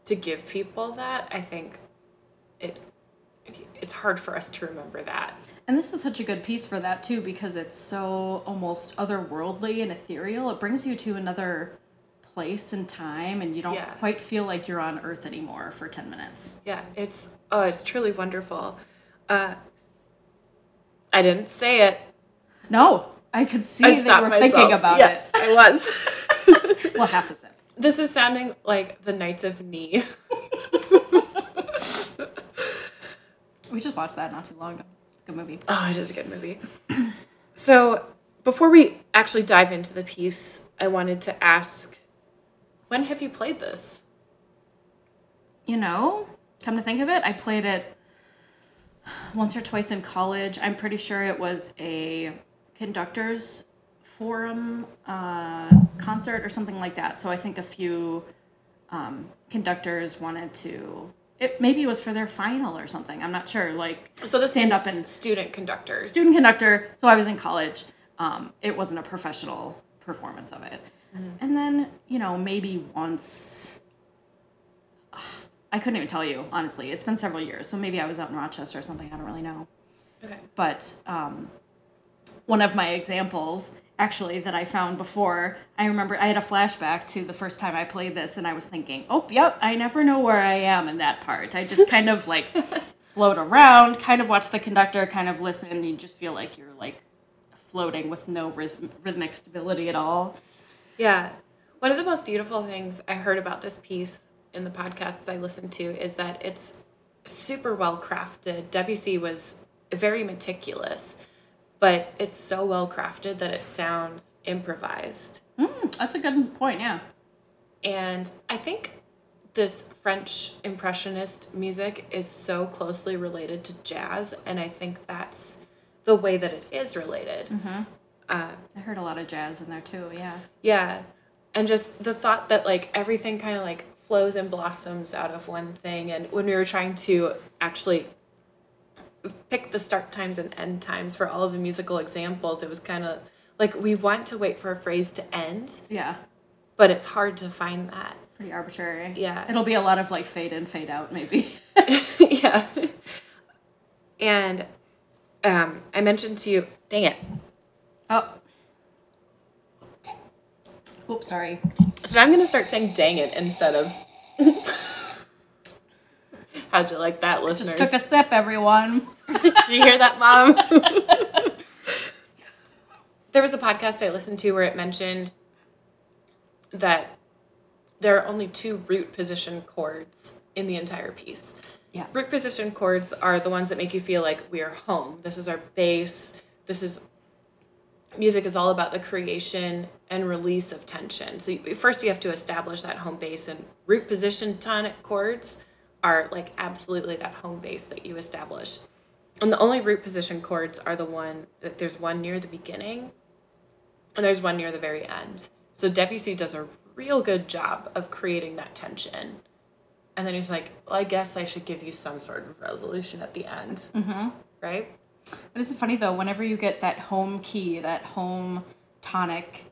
to give people that, I think it it's hard for us to remember that. And this is such a good piece for that too, because it's so almost otherworldly and ethereal. It brings you to another place and time, and you don't Yeah. quite feel like you're on Earth anymore for ten minutes. Yeah, it's oh, it's truly wonderful. Uh, I didn't say it. No, I could see I that you stopped were myself. thinking about yeah, I was. it. Well, half a sip. this is sounding like the Knights of Knee. We just watched that not too long ago. It's a good movie. Oh, it is a good movie. so, before we actually dive into the piece, I wanted to ask when have you played this? you know, come to think of it, I played it once or twice in college. I'm pretty sure it was a conductors forum uh, concert or something like that. So I think a few um, conductors wanted to. It maybe it was for their final or something. I'm not sure. Like So, this Stand means up and- student conductors. student conductor. So I was in college. Um, it wasn't a professional performance of it. And then, you know, maybe once, I couldn't even tell you, honestly. It's been several years. So maybe I was out in Rochester or something. I don't really know. Okay. But um, one of my examples, actually, that I found before, I remember I had a flashback to the first time I played this and I was thinking, oh, yep, I never know where I am in that part. I just kind of like float around, kind of watch the conductor, kind of listen, and you just feel like you're like floating with no rhyth- rhythmic stability at all. Yeah. One of the most beautiful things I heard about this piece in the podcasts I listened to is that it's super well crafted. Debussy was very meticulous, but it's so well crafted that it sounds improvised. Mm, that's a good point, yeah. And I think this French impressionist music is so closely related to jazz, and I think that's the way that it is related. Uh, I heard a lot of jazz in there too, yeah. yeah, and just the thought that like everything kind of like flows and blossoms out of one thing. And when we were trying to actually pick the start times and end times for all of the musical examples, it was kind of like we want to wait for a phrase to end, Yeah, but it's hard to find that. pretty arbitrary. Yeah. It'll be a lot of like fade in, fade out, maybe. yeah. And um, I mentioned to you, dang it. oh. Oops, sorry. So now I'm going to start saying dang it instead of. How'd you like that, Just listeners? took a sip, everyone. Did you hear that, mom? there was a podcast I listened to where it mentioned that there are only two root position chords in the entire piece. Yeah. Root position chords are the ones that make you feel like we are home. This is our base. This is music is all about the creation and release of tension. So you, first you have to establish that home base and root position tonic chords are like absolutely that home base that you establish. And the only root position chords are the one that there's one near the beginning and there's one near the very end. So Debussy does a real good job of creating that tension. And then he's like, well, I guess I should give you some sort of resolution at the end. Mm-hmm. Right? But isn't it funny though? Whenever you get that home key, that home tonic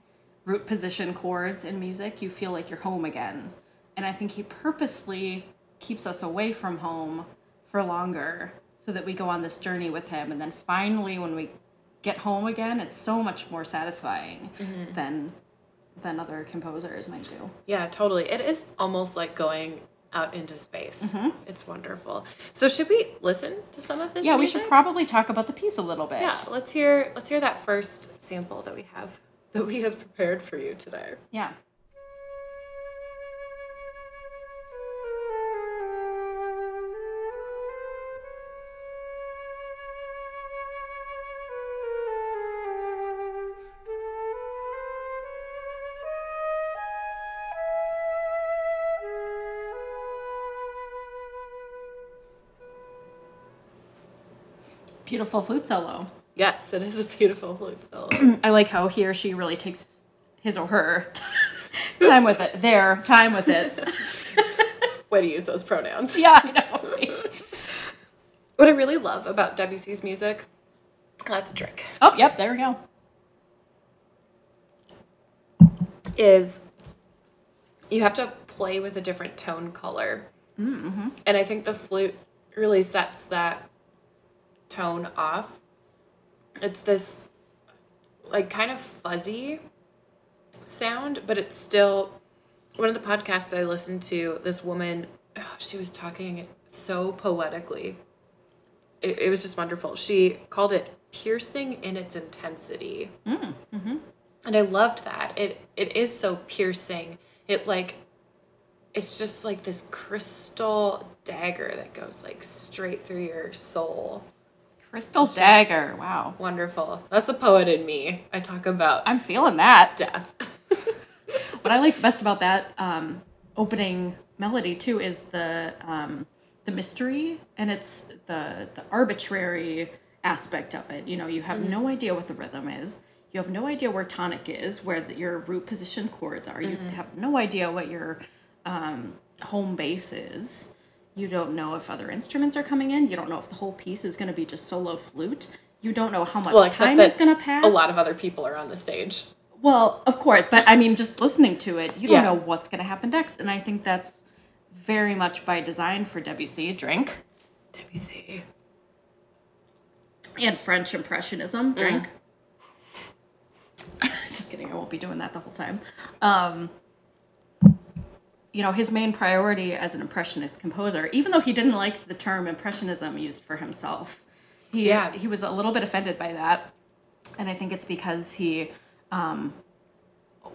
root position chords in music, you feel like you're home again. And I think he purposely keeps us away from home for longer so that we go on this journey with him. And then finally, when we get home again, it's so much more satisfying than than other composers might do. Yeah, totally. It is almost like going out into space. Mm-hmm. It's wonderful. So should we listen to some of this? Yeah, we music? should probably talk about the piece a little bit. Yeah, let's hear let's hear that first sample that we have that we have prepared for you today. Yeah. Beautiful flute solo. Yes, it is a beautiful flute solo. I like how he or she really takes his or her time with it. Their time with it. Way to use those pronouns. yeah, I know. right? What I really love about Debussy's music That's a trick. Oh, yep, there we go. Is you have to play with a different tone color. Mm-hmm. And I think the flute really sets that tone off. It's this like kind of fuzzy sound, but it's still one of the podcasts I listened to, this woman, oh, she was talking so poetically. It, it was just wonderful. She called it piercing in its intensity. Mm-hmm. And I loved that. It it is so piercing. It like it's just like this crystal dagger that goes like straight through your soul. Crystal dagger. Wow. Wonderful. That's the poet in me. I talk about I'm feeling that. death. What I like best about that um, opening melody too is the um, the mystery and it's the the arbitrary aspect of it. You know, you Mm-hmm. have no idea what the rhythm is. You have no idea where tonic is, where the, your root position chords are. Mm-hmm. You have no idea what your um, home base is. You don't know if other instruments are coming in. You don't know if the whole piece is going to be just solo flute. You don't know how much Well, except time that is going to pass. A lot of other people are on the stage. Well, of course, but I mean, just listening to it, you don't Yeah. know what's going to happen next, and I think that's very much by design for Debussy. Drink Debussy. and French Impressionism. Drink. just kidding. I won't be doing that the whole time. Um, you know, his main priority as an impressionist composer, even though he didn't like the term impressionism used for himself, he Yeah. he was a little bit offended by that, and I think it's because he um,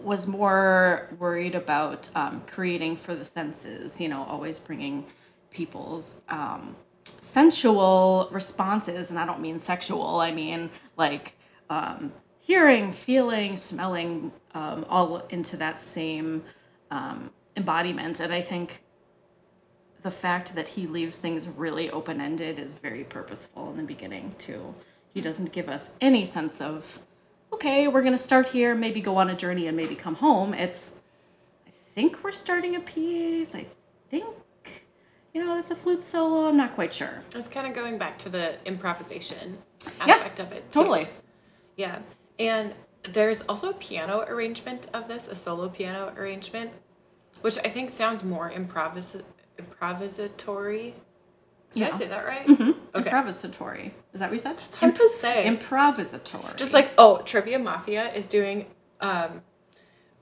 was more worried about um, creating for the senses. You know, always bringing people's um, sensual responses, and I don't mean sexual. I mean like um, hearing, feeling, smelling, um, all into that same um, embodiment. And I think the fact that he leaves things really open ended is very purposeful in the beginning, too. He doesn't give us any sense of, okay, we're going to start here, maybe go on a journey, and maybe come home. It's, I think we're starting a piece. I think, you know, that's a flute solo. I'm not quite sure. It's kind of going back to the improvisation aspect of it. too. Yeah. And there's also a piano arrangement of this, a solo piano arrangement, which I think sounds more improvis- improvisatory. Did I Yeah. say that right? Mm-hmm. Okay. Improvisatory. Is that what you said? It's hard to say. Improvisatory. Just like, oh, Trivia Mafia is doing um,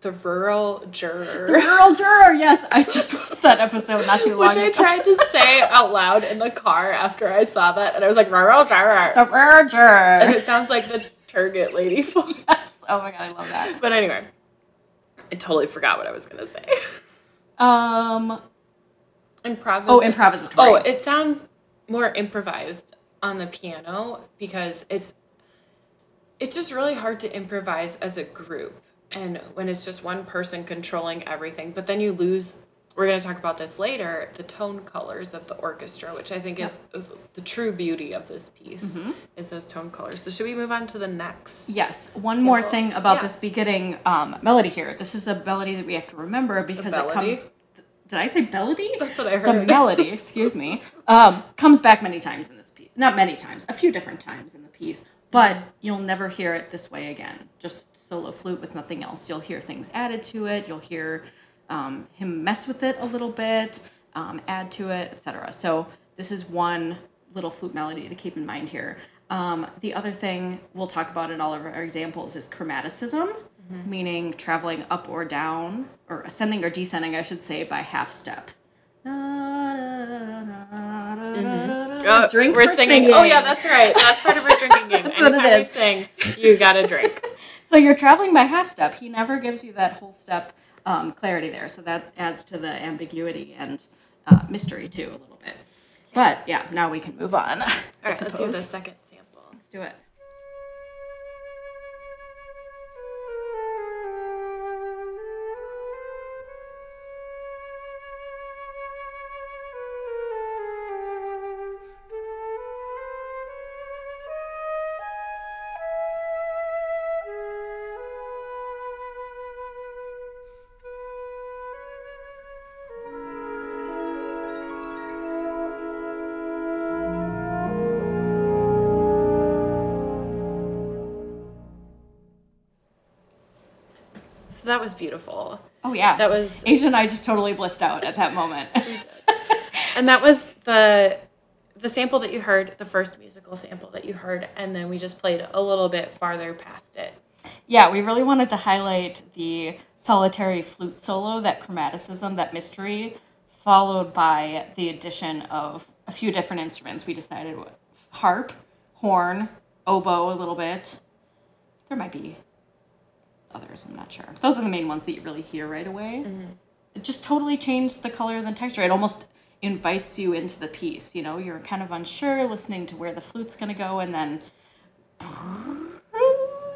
the rural juror. The Girl Juror, yes. I just watched that episode not too long Which I ago. tried to say out loud in the car after I saw that, and I was like, rural juror. The Girl And Juror. it sounds like the Target lady voice. Yes. Oh my god, I love that. But anyway, I totally forgot what I was gonna say. Um Improvis- Oh, improvisatory. Oh, it sounds more improvised on the piano because it's it's just really hard to improvise as a group and when it's just one person controlling everything, but then you lose we're going to talk about this later, the tone colors of the orchestra, which I think is the true beauty of this piece is those tone colors. So should we move on to the next? Mm-hmm. Yes. One more Simple. thing about Yeah. this beginning um, melody here. This is a melody that we have to remember because it melody? comes Did I say melody? That's what I the heard. melody, excuse me, um, comes back many times in this piece. Not many times, a few different times in the piece, but you'll never hear it this way again. Just solo flute with nothing else. You'll hear things added to it. You'll hear um, him mess with it a little bit, um, add to it, etc. So this is one little flute melody to keep in mind here. Um, the other thing we'll talk about in all of our examples is chromaticism, Mm-hmm. meaning traveling up or down, or ascending or descending, I should say, by half step. Oh, Drink Mm-hmm. we're for singing. Oh yeah, that's right. That's part of our drinking game. That's what it Anytime we is. sing, you gotta drink. so you're traveling by half step. He never gives you that whole step um, clarity there, so that adds to the ambiguity and uh, mystery too a little bit. But yeah, now we can move on. All All right, let's do the second sample. Let's do it. So that was beautiful. Oh yeah. That was Asia and I just totally blissed out at that moment. and that was the the sample that you heard, the first musical sample that you heard, and then we just played a little bit farther past it. yeah, we really wanted to highlight the solitary flute solo, that chromaticism, that mystery, followed by the addition of a few different instruments. We decided what harp, horn, oboe a little bit. There might be others, I'm not sure. Those are the main ones that you really hear right away. Mm-hmm. It just totally changed the color and the texture. It almost invites you into the piece, you know, you're kind of unsure listening to where the flute's going to go and then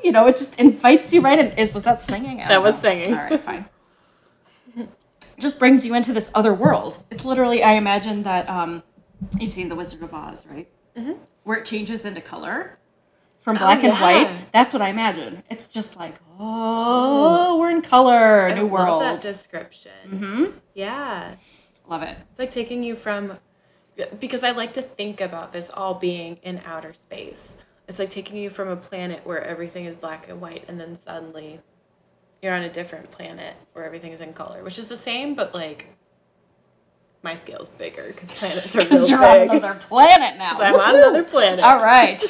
you know, it just invites you right in. It was that singing. I That don't was know. singing. All right, fine. It just brings you into this other world. It's literally, I imagine that um, you've seen The Wizard of Oz, right? Mm-hmm. Where it changes into color from black Oh, and yeah. white. That's what I imagine. It's just like, oh, we're in color, I new love world. that description. hmm Yeah. Love it. It's like taking you from, because I like to think about this all being in outer space. It's like taking you from a planet where everything is black and white, and then suddenly you're on a different planet where everything is in color, which is the same, but like my scale's bigger because planets are real big. Because you're on another planet now. 'Cause I'm on Woohoo. another planet. All right.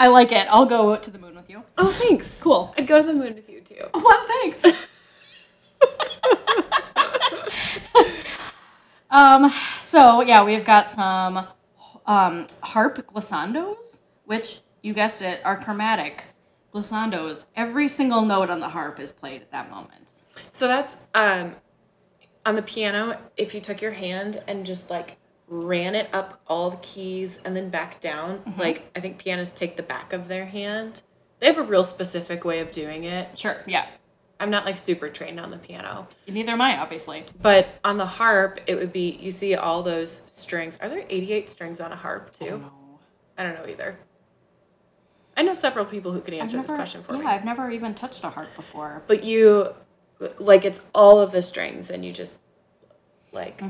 I like it. I'll go to the moon with you. Oh, thanks. Cool. I'd go to the moon with you too. Well, thanks. um, so yeah, we've got some um, harp glissandos, which you guessed it are chromatic glissandos. Every single note on the harp is played at that moment. So that's um, on the piano. If you took your hand and just like ran it up all the keys and then back down, Mm-hmm. like I think pianists take the back of their hand. They have a real specific way of doing it. Sure. Yeah. I'm not like super trained on the piano, Neither am I, obviously. but on the harp, it would be you see all those strings. Are there 88 strings on a harp too? I don't know either. I know several people who can I've answer never, this question for yeah, me. I've never even touched a harp before. but you like it's all of the strings and you just like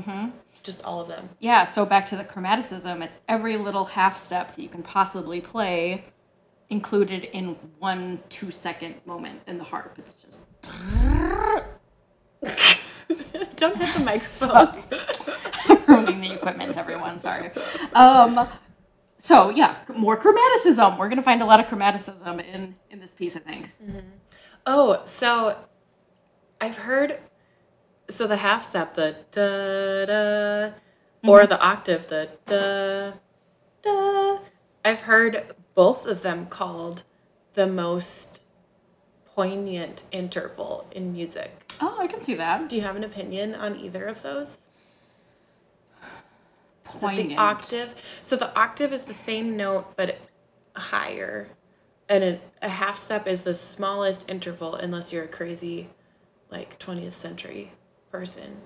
just all of them Yeah, so back to the chromaticism, it's every little half step that you can possibly play included in one two second moment in the harp. It's just don't hit the microphone ruining the equipment, everyone. Sorry. Um, so yeah, more chromaticism. We're gonna find a lot of chromaticism in in this piece, I think. oh so i've heard so the half step the da da or the octave the da da i've heard both of them called the most poignant interval in music Oh, I can see that. do you have an opinion on either of those Is it the Poignant. octave? So the octave is the same note but higher, and a, a half step is the smallest interval unless you're a crazy, like 20th century person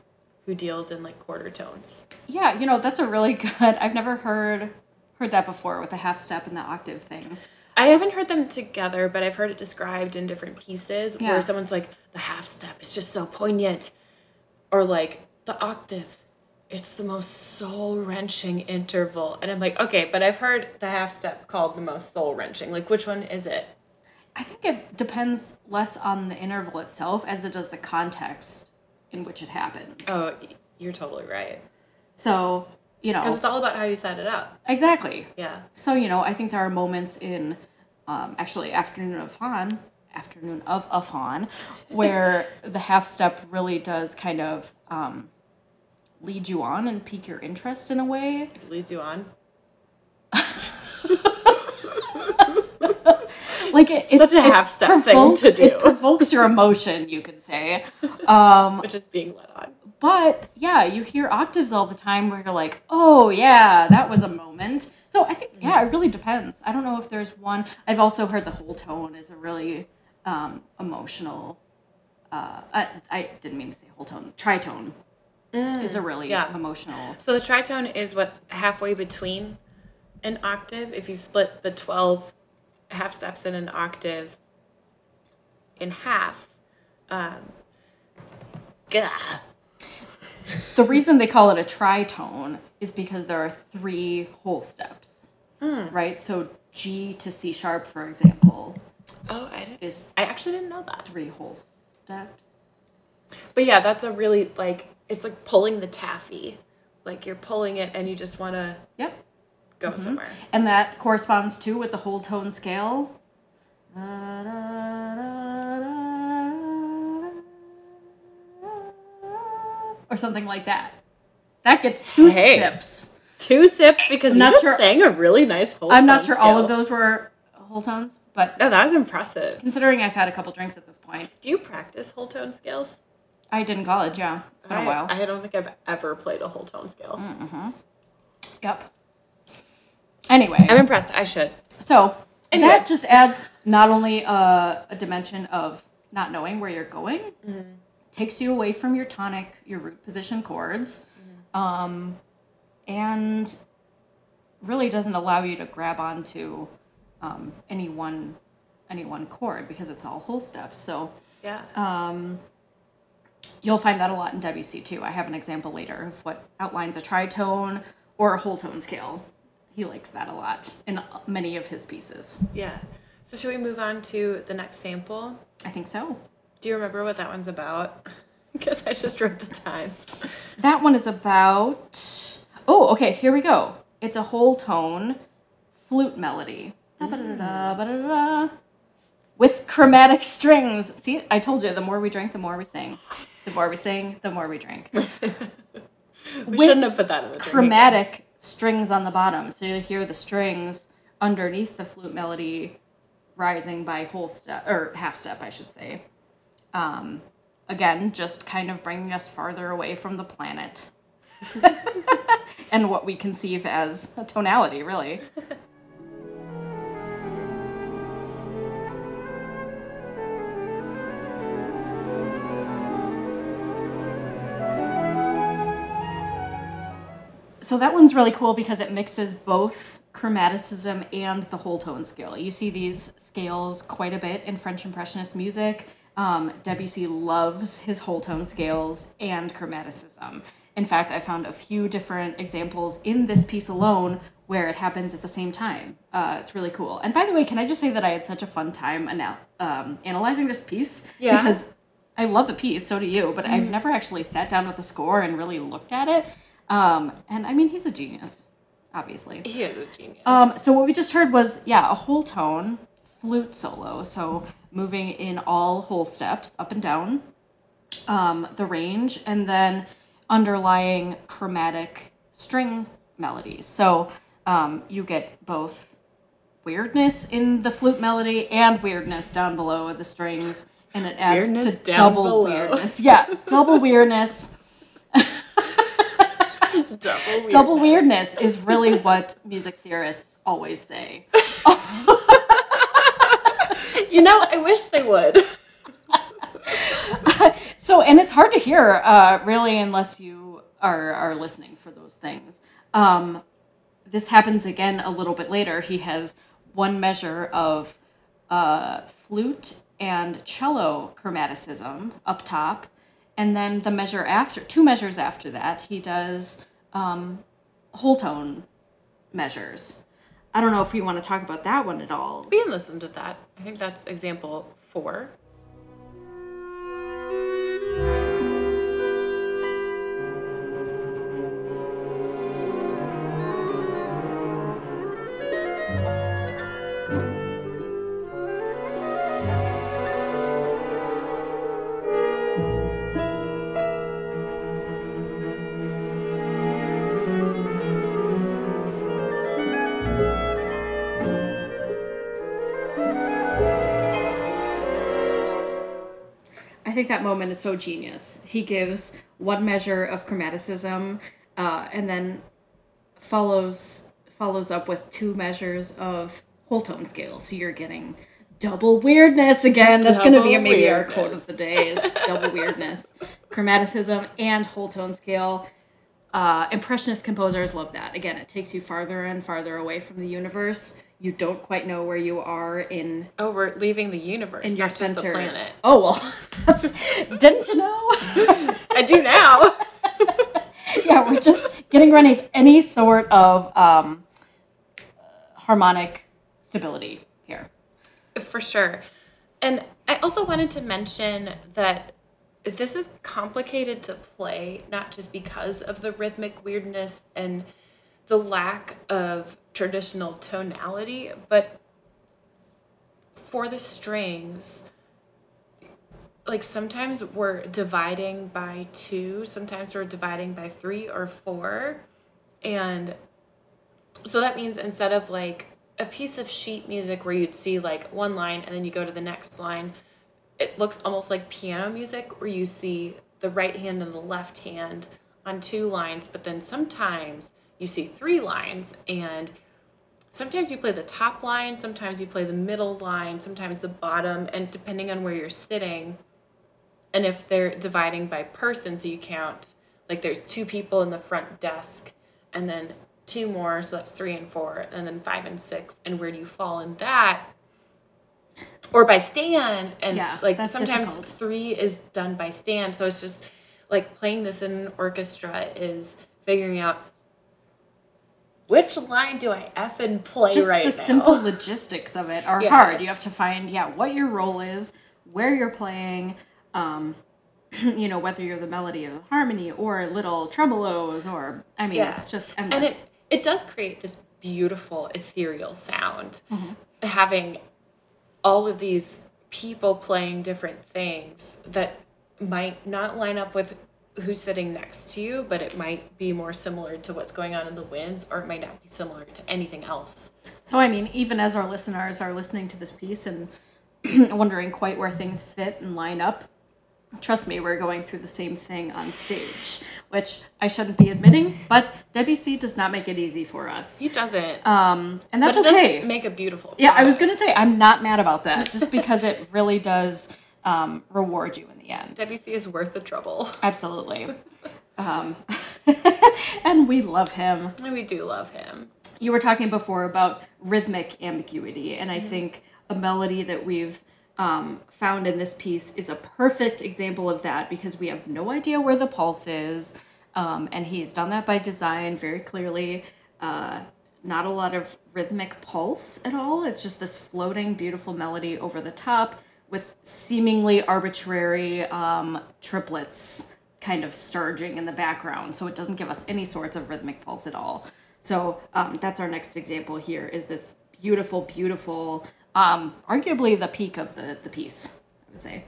who deals in like quarter tones. yeah, you know, that's a really good I've never heard heard that before with the half step and the octave thing. I haven't heard them together, but I've heard it described in different pieces Yeah. where someone's like, the half step is just so poignant, or like the octave. It's the most soul wrenching interval. And I'm like, okay, but I've heard the half step called the most soul wrenching. Like, which one is it? I think it depends less on the interval itself as it does the context in which it happens. Oh, y- you're totally right. So, you Because know, it's all about how you set it up. exactly. Yeah. So, you know, I think there are moments in um, actually Afternoon of Fawn, Afternoon of a Fawn, where the half step really does kind of um, lead you on and pique your interest in a way. It leads you on. Like it, it- Such a it half step thing to provokes- do. It provokes your emotion, you could say. Um, Which is being led on. But yeah, you hear octaves all the time where you're like, oh yeah, that was a moment. So I think yeah, it really depends. I don't know if there's one. I've also heard the whole tone is a really um, emotional. Uh, I, I didn't mean to say whole tone. Tritone is a really yeah. emotional. So the tritone is what's halfway between an octave. If you split the 12 half steps in an octave in half, um, gah. The reason they call it a tritone is because there are three whole steps, right? So G to C sharp, for example, Oh, I didn't. is I actually didn't know that. three whole steps. But yeah, that's a really like it's like pulling the taffy. Like you're pulling it and you just want to Yep. go Mm-hmm. somewhere. And that corresponds too with the whole tone scale. Or something like that. That gets two Hey. sips. Two sips because I'm you not just sure- sang a really nice whole I'm not tone sure all of scale. those were whole tones, but No, that was impressive. considering I've had a couple drinks at this point, Do you practice whole tone scales? I did in college, yeah. It's been I, a while. I don't think I've ever played a whole tone scale. yep. Anyway. I'm impressed. I should. So Anyway. that just adds not only a, a dimension of not knowing where you're going, takes you away from your tonic, your root position chords, um, and really doesn't allow you to grab onto um, any one any one chord because it's all whole steps. So Yeah. um, you'll find that a lot in WC too. I have an example later of what outlines a tritone or a whole tone scale. He likes that a lot in many of his pieces. Yeah. So should we move on to the next sample? I think so. Do you remember what that one's about? Because I just wrote the times. That one is about. Oh, okay, here we go. It's a whole tone flute melody. Da-ba-da-da-da, ba-da-da-da. With chromatic strings. See, I told you, the more we drink, the more we sing. The more we sing, the more we drink. We With shouldn't have put that in the drinking game. chromatic strings on the bottom. So you'll hear the strings underneath the flute melody rising by whole step or half step, I should say. Um, again, just kind of bringing us farther away from the planet and what we conceive as a tonality, really. So that one's really cool because it mixes both chromaticism and the whole tone scale. You see these scales quite a bit in French Impressionist music. Um, Debussy loves his whole tone scales and chromaticism. In fact, I found a few different examples in this piece alone where it happens at the same time. Uh, it's really cool. And by the way, can I just say that I had such a fun time anal- um, analyzing this piece? Yeah. Because I love the piece, so do you, but I've never actually sat down with the score and really looked at it. Um, and I mean, he's a genius, obviously. He is a genius. Um, so what we just heard was, yeah, a whole tone flute solo, so moving in all whole steps up and down um, the range, and then underlying chromatic string melodies. So um, you get both weirdness in the flute melody and weirdness down below the strings, and it adds Weirdness to down double below. weirdness. Yeah, double weirdness. double weirdness. Double weirdness is really what music theorists always say. You know, I wish they would. So, and it's hard to hear, uh, really, unless you are, are listening for those things. Um, this happens again a little bit later. He has one measure of uh, flute and cello chromaticism up top, and then the measure after, two measures after that, he does um, whole tone measures. I don't know if we want to talk about that one at all. We can listen to that. I think that's example four. I think that moment is so genius. He gives one measure of chromaticism, uh, and then follows follows up with two measures of whole tone scale. So you're getting double weirdness again. That's going to be Double maybe our weirdness. quote of the day is double weirdness, chromaticism, and whole tone scale. Uh, Impressionist composers love that. Again, it takes you farther and farther away from the universe. You don't quite know where you are in Oh, we're leaving the universe. in not your just center. The planet. Oh well, that's, didn't you know? I do now. yeah, we're just getting rid of any sort of um, harmonic stability here. for sure. And I also wanted to mention that this is complicated to play, not just because of the rhythmic weirdness and the lack of traditional tonality, but for the strings, like sometimes we're dividing by two, sometimes we're dividing by three or four. And so that means instead of like a piece of sheet music where you'd see like one line and then you go to the next line, it looks almost like piano music where you see the right hand and the left hand on two lines, but then sometimes you see three lines and sometimes you play the top line, sometimes you play the middle line, sometimes the bottom, and depending on where you're sitting, and if they're dividing by person, so you count like there's two people in the front desk and then two more, so that's three and four, and then five and six, and where do you fall in that? Or by stand, and Yeah, like that's sometimes difficult. three is done by stand, so it's just like playing this in an orchestra is figuring out which line do I effing play Just right the now. simple logistics of it are Yeah. hard. You have to find yeah what your role is, where you're playing, um, you know whether you're the melody or the harmony or little tremolos or I mean Yeah. it's just and endless. it it does create this beautiful ethereal sound Mm-hmm. having all of these people playing different things that might not line up with who's sitting next to you but it might be more similar to what's going on in the winds or it might not be similar to anything else So I mean even as our listeners are listening to this piece and wondering quite where things fit and line up. Trust me, we're going through the same thing on stage, which I shouldn't be admitting, but Debussy does not make it easy for us. he doesn't Um, and that's but it okay. does make a beautiful Yeah, I was product. gonna say I'm not mad about that, just because it really does um, reward you in the end. debussy is worth the trouble Absolutely. Um, and we love him. and we do love him You were talking before about rhythmic ambiguity, and I think a melody that we've um, found in this piece is a perfect example of that because we have no idea where the pulse is, um, and he's done that by design very clearly. Uh, not a lot of rhythmic pulse at all. It's just this floating, beautiful melody over the top with seemingly arbitrary um, triplets kind of surging in the background. So it doesn't give us any sorts of rhythmic pulse at all. So um, that's our next example here is this beautiful, beautiful, um, arguably the peak of the, the piece, I would say.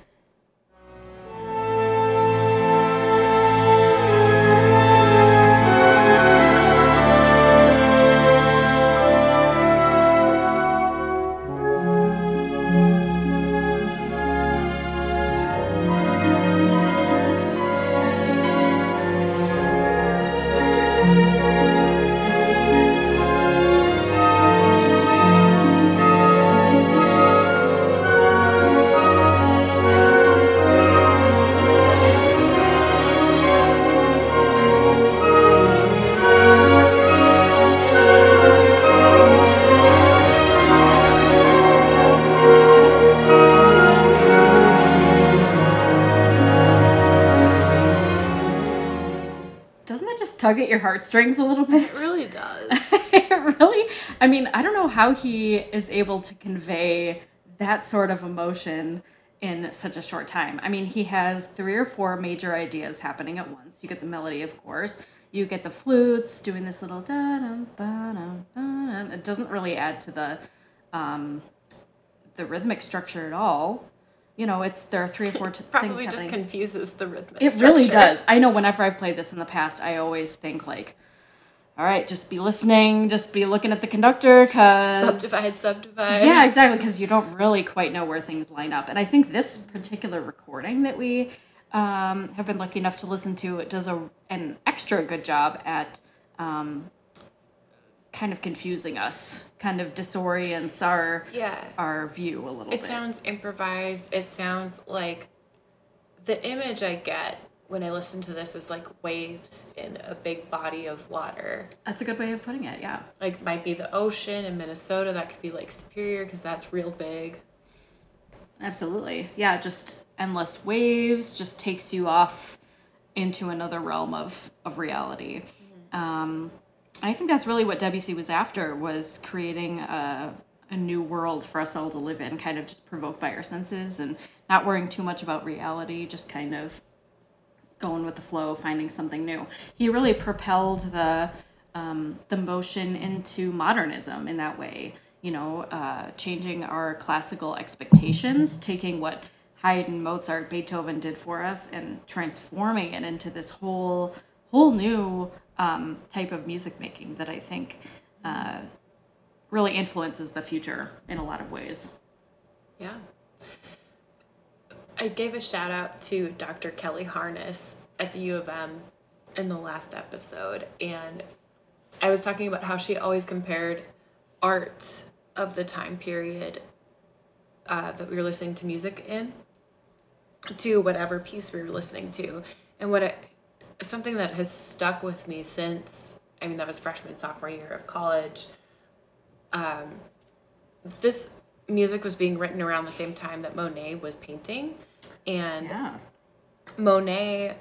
Doesn't that just tug at your heartstrings a little bit? it really does it really i mean i don't know how he is able to convey that sort of emotion in such a short time i mean he has three or four major ideas happening at once you get the melody of course you get the flutes doing this little da-dum, ba-dum, ba-dum. it doesn't really add to the um, the rhythmic structure at all you know it's there are three or four t- things probably happening just confuses the rhythmic it really structure. does. I know whenever I've played this in the past, I always think like, all right, just be listening, just be looking at the conductor, cause subdivide subdivide yeah, exactly, because you don't really quite know where things line up. And I think this particular recording that we um, have been lucky enough to listen to it does a, an extra good job at um, kind of confusing us, kind of disorients our yeah our view a little It bit. sounds improvised. It sounds like the image I get when I listen to this is like waves in a big body of water. That's a good way of putting it. Yeah. Like might be the ocean in Minnesota. That could be like Superior because that's real big. Absolutely. Yeah, just endless waves just takes you off into another realm of of reality. Um, I think that's really what Debussy was after was creating a, a new world for us all to live in, kind of just provoked by our senses and not worrying too much about reality, just kind of going with the flow, finding something new. He really propelled the um, the motion into modernism in that way. You know, uh, changing our classical expectations, taking what Haydn, Mozart, Beethoven did for us, and transforming it into this whole whole new um, type of music making that I think uh, really influences the future in a lot of ways. Yeah. I gave a shout out to Dr. Kelly Harness at the U of M in the last episode, and I was talking about how she always compared art of the time period uh, that we were listening to music in to whatever piece we were listening to, and what it, something that has stuck with me since I mean that was freshman sophomore year of college. Um, this music was being written around the same time that Monet was painting, and Yeah. Monet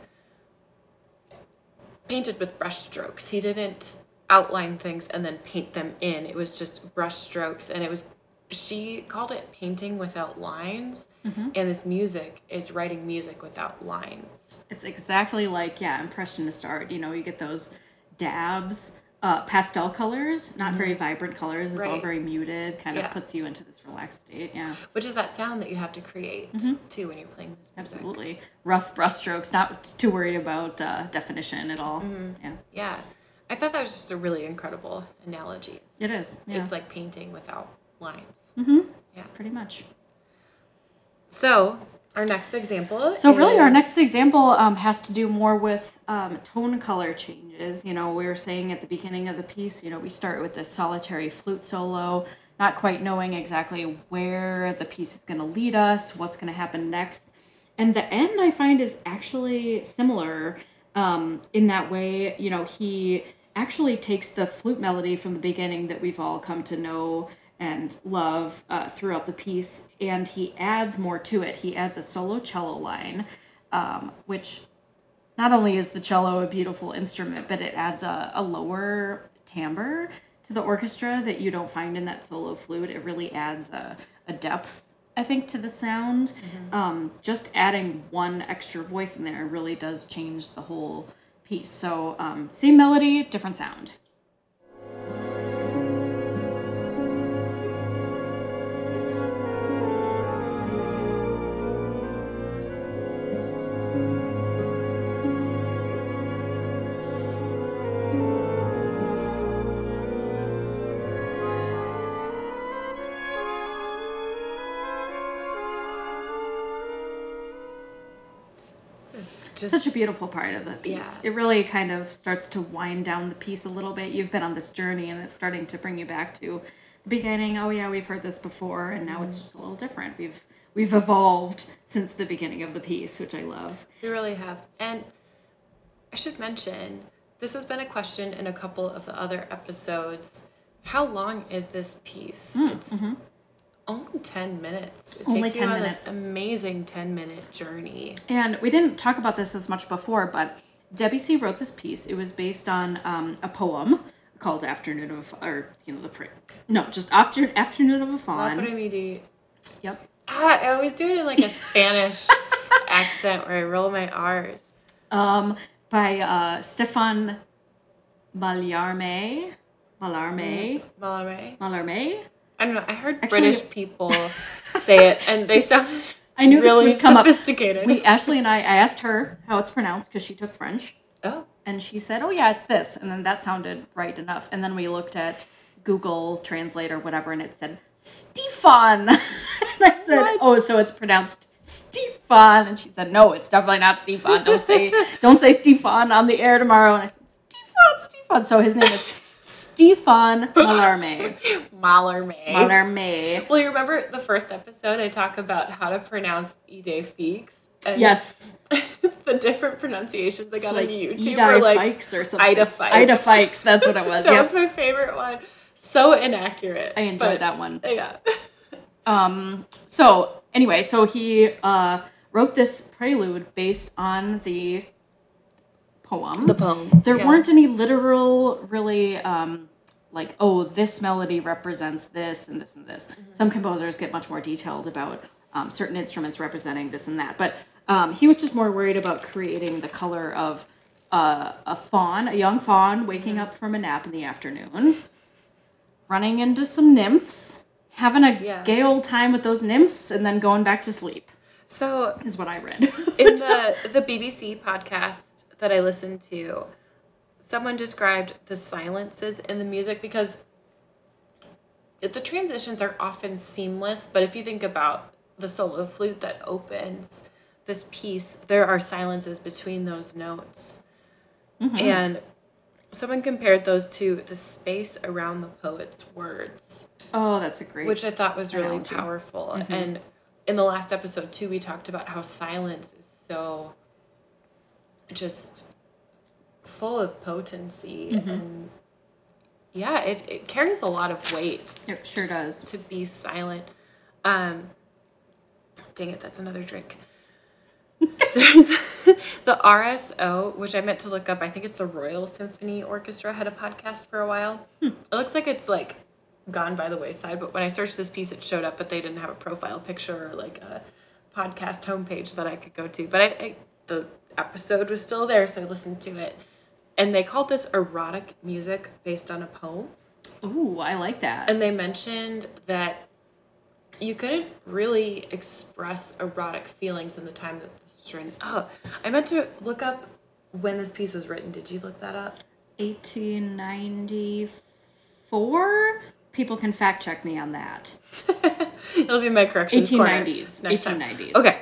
painted with brush strokes. He didn't outline things and then paint them in. It was just brush strokes and it was she called it painting without lines Mm-hmm. and this music is writing music without lines. It's exactly like yeah, impressionist art. You know, you get those dabs, uh, pastel colors, not very vibrant colors. It's all Mm-hmm. Right. very muted. Kind Yeah. of puts you into this relaxed state. Yeah, Which is that sound that you have to create Mm-hmm. too when you're playing this music. absolutely. Rough brushstrokes. Not too worried about uh, definition at all. Mm-hmm. Yeah, Yeah. I thought that was just a really incredible analogy. it is. Yeah, Mm-hmm. It's like painting without lines. pretty much. So our next example So really, our is- next example um, has to do more with um, tone color changes. You know, we were saying at the beginning of the piece, you know, we start with this solitary flute solo, not quite knowing exactly where the piece is going to lead us, what's going to happen next, and the end I find is actually similar um, in that way. You know, he actually takes the flute melody from the beginning that we've all come to know and love uh, throughout the piece, and he adds more to it. He adds a solo cello line, um, which not only is the cello a beautiful instrument, but it adds a, a lower timbre to the orchestra that you don't find in that solo flute. It really adds a, a depth, I think, to the sound. Um, just adding one extra voice in there really does change the whole piece. So, um, same melody, different sound. It's It's just such a beautiful part of the piece. Yeah. It really kind of starts to wind down the piece a little bit. You've been on this journey and it's starting to bring you back to the beginning. Oh yeah, we've heard this before and now it's just a little different. We've we've evolved since the beginning of the piece, which I love. We really have. And I should mention, this has been a question in a couple of the other episodes. How long is this piece? it's only 10 minutes. It Hmm, mm-hmm. Only takes 10 you on minutes. this amazing 10 minute journey. And we didn't talk about this as much before, but Debussy wrote this piece. It was based on um, a poem called "Afternoon of," or you know, the pra- no, just after "Afternoon of a Fawn." Apremidi. Yep. Ah, I always do it in like a Spanish accent where I roll my R's. Um, by uh, Stefan Mallarmé. Mallarmé. Mallarmé. Mallarmé. I don't know. I heard Actually- British people say it and they sounded I knew really this would come up. sophisticated. We Ashley and I, I asked her how it's pronounced because she took French. oh, and she said, "Oh yeah, it's this," and then that sounded right enough. And then we looked at Google Translate or whatever, and it said Stefan. and I said, What? "Oh, so it's pronounced Stefan?" And she said, "No, it's definitely not Stefan. Don't say don't say Stefan on the air tomorrow." And I said, "Stefan, Stefan." So his name is Stefan Mallarmé. Mallarmé. Mallarmé. Well, you remember the first episode I talk about how to pronounce Ide Feeks? And Yes, the different pronunciations I got on YouTube Ida were like, Fikes or something. Ida Fikes. Ida Fikes. That's what it was. that yep. was my favorite one. So inaccurate. I enjoyed but- that one. Yeah. Um, so anyway, so he uh, wrote this prelude based on the poem. poem. there weren't any literal, really, um, like oh this melody represents this and this and this Mm-hmm. some composers get much more detailed about um, certain instruments representing this and that but um, he was just more worried about creating the color of uh, a fawn a young Mm-hmm. fawn waking up from a nap in the afternoon running into some nymphs having a Yeah. gay old time with those nymphs and then going back to sleep So is what i read in the the BBC podcast that I listened to, someone described the silences in the music because it- the transitions are often seamless, but if you think about the solo flute that opens this piece, there are silences between those notes. And someone compared those to the space around the poet's words oh that's a great which I thought was really analogy. powerful. And in the last episode too, we talked about how silence is so just full of potency and yeah, it, it carries a lot of weight it sure does to be silent. Um, dang it, that's another drink. There's the RSO, which I meant to look up. I think it's the Royal Symphony Orchestra had a podcast for a while. It looks like it's like gone by the wayside, but when I searched this piece, it showed up, but they didn't have a profile picture or like a podcast homepage that I could go to. But I, I the episode was still there, so I listened to it. And they called this erotic music based on a poem. Ooh, I like that. And they mentioned that you couldn't really express erotic feelings in the time that this was written. Oh, I meant to look up when this piece was written. Did you look that up? 1894? People can fact check me on that. It'll be my correction. 1890s. 1890s. Okay.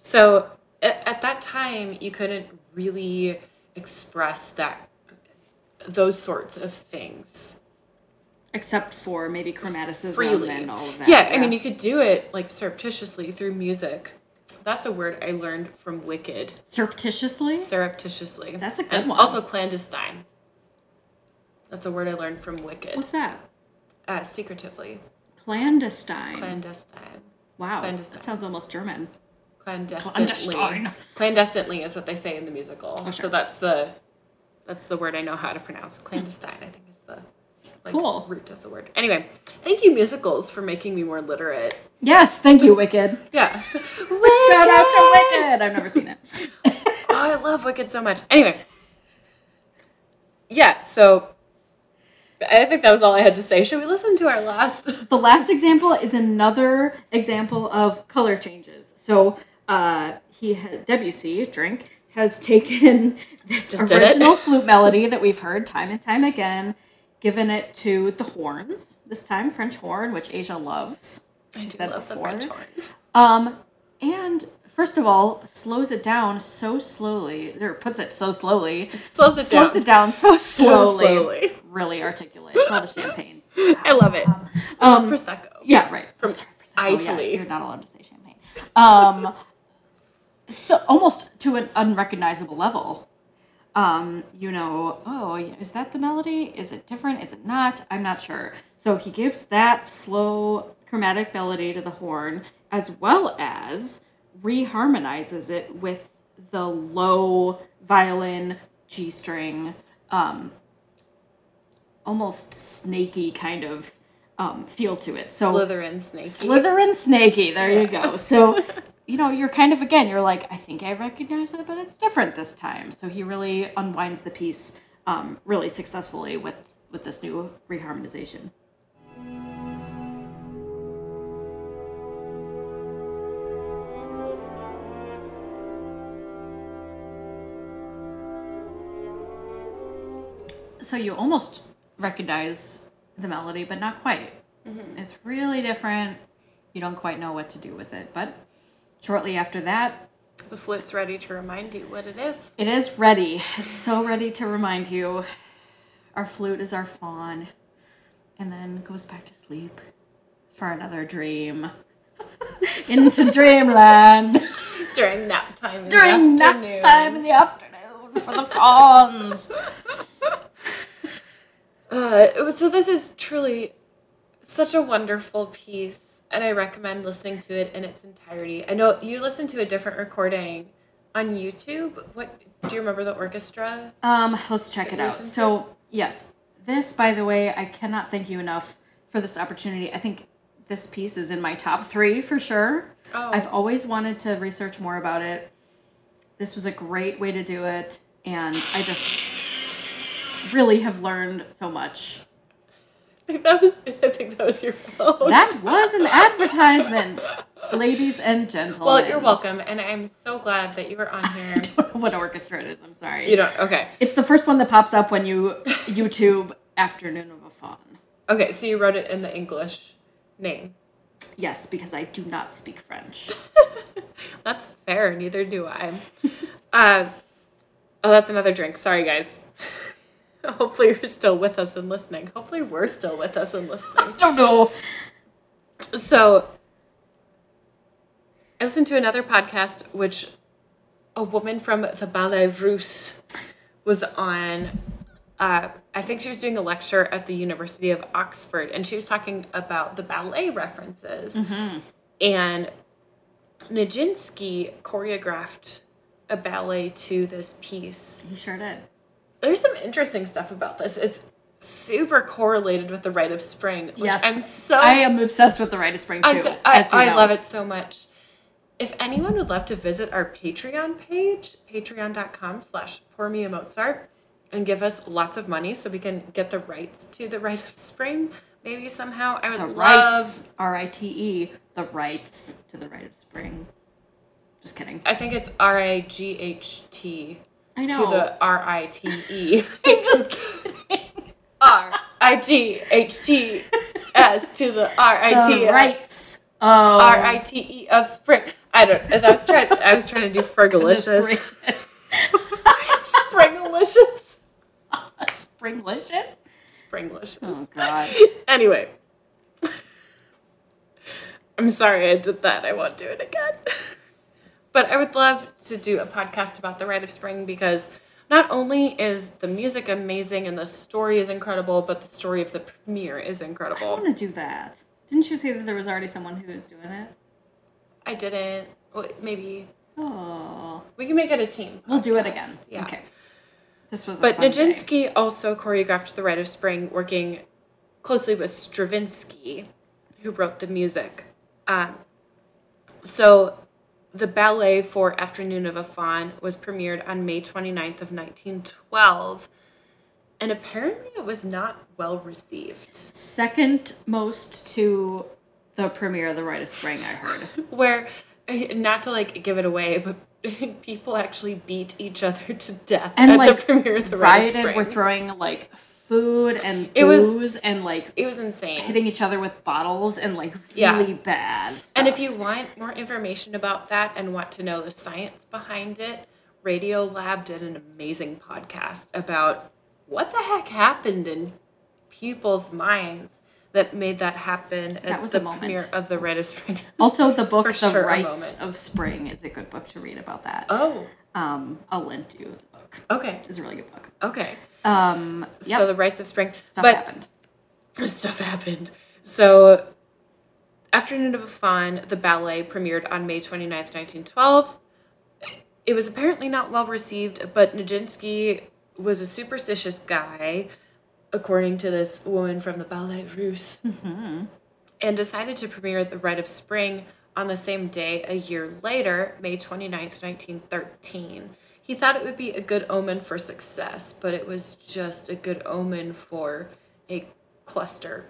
So at, at that time, you couldn't really express that those sorts of things Except for maybe chromaticism freely and all of that. Yeah, I mean, you could do it like surreptitiously through music. That's a word I learned from Wicked. surreptitiously? Surreptitiously. That's a good And one. Also clandestine. That's a word I learned from Wicked. What's that? Uh, secretively. Clandestine. Clandestine. wow. clandestine. That sounds almost German. Clandestinely. Clandestine. Oh, Clandestinely is what they say in the musical. sure. So that's the that's the word I know how to pronounce. Clandestine, I think is the like, Cool. root of the word. Anyway, thank you musicals for making me more literate. Yes, thank you, Wicked. Yeah. Shout out to Wicked. I've never seen it. Oh, I love Wicked so much. Anyway. Yeah, so I think that was all I had to say. Should we listen to our last? The last example is another example of color changes. So uh, he ha- Debussy drink has taken this Just did it. original flute melody that we've heard time and time again, given it to the horns. This time French horn, which Asia loves. I she do said love the before. French horn. Um, and first of all, slows it down so slowly, or puts it so slowly, Slows it slows down. it down so slowly. slowly. Really articulate. It's all the champagne. I love it. Um, it's prosecco. Yeah, right. From Sorry, Prosecco, yeah, Italy. you're not allowed to say champagne. Um, so almost to an unrecognizable level. Um, you know, oh, is that the melody? Is it different? Is it not? I'm not sure. So he gives that slow chromatic melody to the horn, as well as reharmonizes it with the low violin G string um, almost snaky kind of um, feel to it. So Slytherin snake. slither and snaky. There you go. So, you know, you're kind of again, you're like, I think I recognize it, but it's different this time. So he really unwinds the piece um, really successfully with with this new reharmonization. So you almost recognize the melody, but not quite. It's really different. You don't quite know what to do with it. But shortly after that, The flute's ready to remind you what it is. it is ready. It's so ready to remind you. Our flute is our fawn. And then goes back to sleep for another dream. Into dreamland. During nap time. In During the afternoon. nap time in the afternoon for the fawns. Uh, it was- so this is truly such a wonderful piece, and I recommend listening to it in its entirety. I know you listened to a different recording on YouTube. What do you remember the orchestra? Um, let's check it you out. listen to So yes, This, by the way, I cannot thank you enough for this opportunity. I think this piece is in my top three for sure. Oh, I've always wanted to research more about it. This was a great way to do it, and I just really have learned so much. that was. I think that was your phone. That was an advertisement, ladies and gentlemen. well, you're welcome, and I'm so glad that you were on here. what orchestra it is? I'm sorry. you don't. Okay. It's the first one that pops up when you YouTube "Afternoon of a Fawn." Okay. So you wrote it in the English name. Yes, because I do not speak French. That's fair. Neither do I. uh, oh, that's another drink. Sorry, guys. Hopefully, you're still with us and listening. Hopefully, we're still with us and listening. I don't know. So, I listened to another podcast, which a woman from the Ballet Russe was on. Uh, I think she was doing a lecture at the University of Oxford, and she was talking about the ballet references. Mm-hmm. And Nijinsky choreographed a ballet to this piece. He sure did. There's some interesting stuff about this. It's super correlated with the Rite of Spring, which yes, I'm so I am obsessed with the Rite of Spring too. I, d- I- as you I know. love it so much. If anyone would love to visit our Patreon page, patreon.com slash pour me a Mozart, and give us lots of money so we can get the rights to the Rite of Spring, maybe somehow, I would The love... rights, R I T E, the rights to the Rite of Spring. Just kidding. I think it's R-I-G-H-T I to know. the R-I-T-E. I'm just kidding. R-I-G-H-T-S to the R-I-T-E. The rights. Oh, E. R I T E of spring. I don't. I was trying. I was trying to do E. fergalicious. Springlicious. Springlicious. Springlicious. Oh God. Anyway. I'm sorry I did that. I won't do it again. But I would love to do a podcast about the Rite of Spring because not only is the music amazing and the story is incredible, but the story of the premiere is I incredible. want to do that. Didn't you say that there was already someone who was doing it? I didn't. Well, maybe Oh, we can make it a team. we'll do it again. Podcast, yeah. Okay. This was. A But fun day. Nijinsky also choreographed The Rite of Spring, working closely with Stravinsky, who wrote the music. Um, so the ballet for Afternoon of a Fawn was premiered on May 29th of 1912, and apparently it was not well received. Second most to the premiere of The Rite of Spring, I heard. Where, not to like give it away, but people actually beat each other to death And, at like, the premiere of The Rite of Rioted. Spring. We're throwing like food and It was- booze and like it was insane. hitting each other with bottles and like Yeah. really bad. Stuff. And if you want more information about that and want to know the science behind it, Radio Lab did an amazing podcast about what the heck happened in people's minds that made that happen at That was the a moment. premiere of the Red of Spring. also the book For The sure a Rites moment. of Spring is a good book to read about that. oh, Um, I'll lend you the book. okay, It's a really good book. okay. Um, yep, So the rites of spring, stuff but happened. stuff happened. So, Afternoon of a Fawn, the ballet, premiered on May 29th, 1912. It was apparently not well received, but Nijinsky was a superstitious guy, according to this woman from the Ballet Russe, and decided to premiere The Rite of Spring on the same day a year later, May 29th, 1913. He thought it would be a good omen for success, but it was just a good omen for a cluster.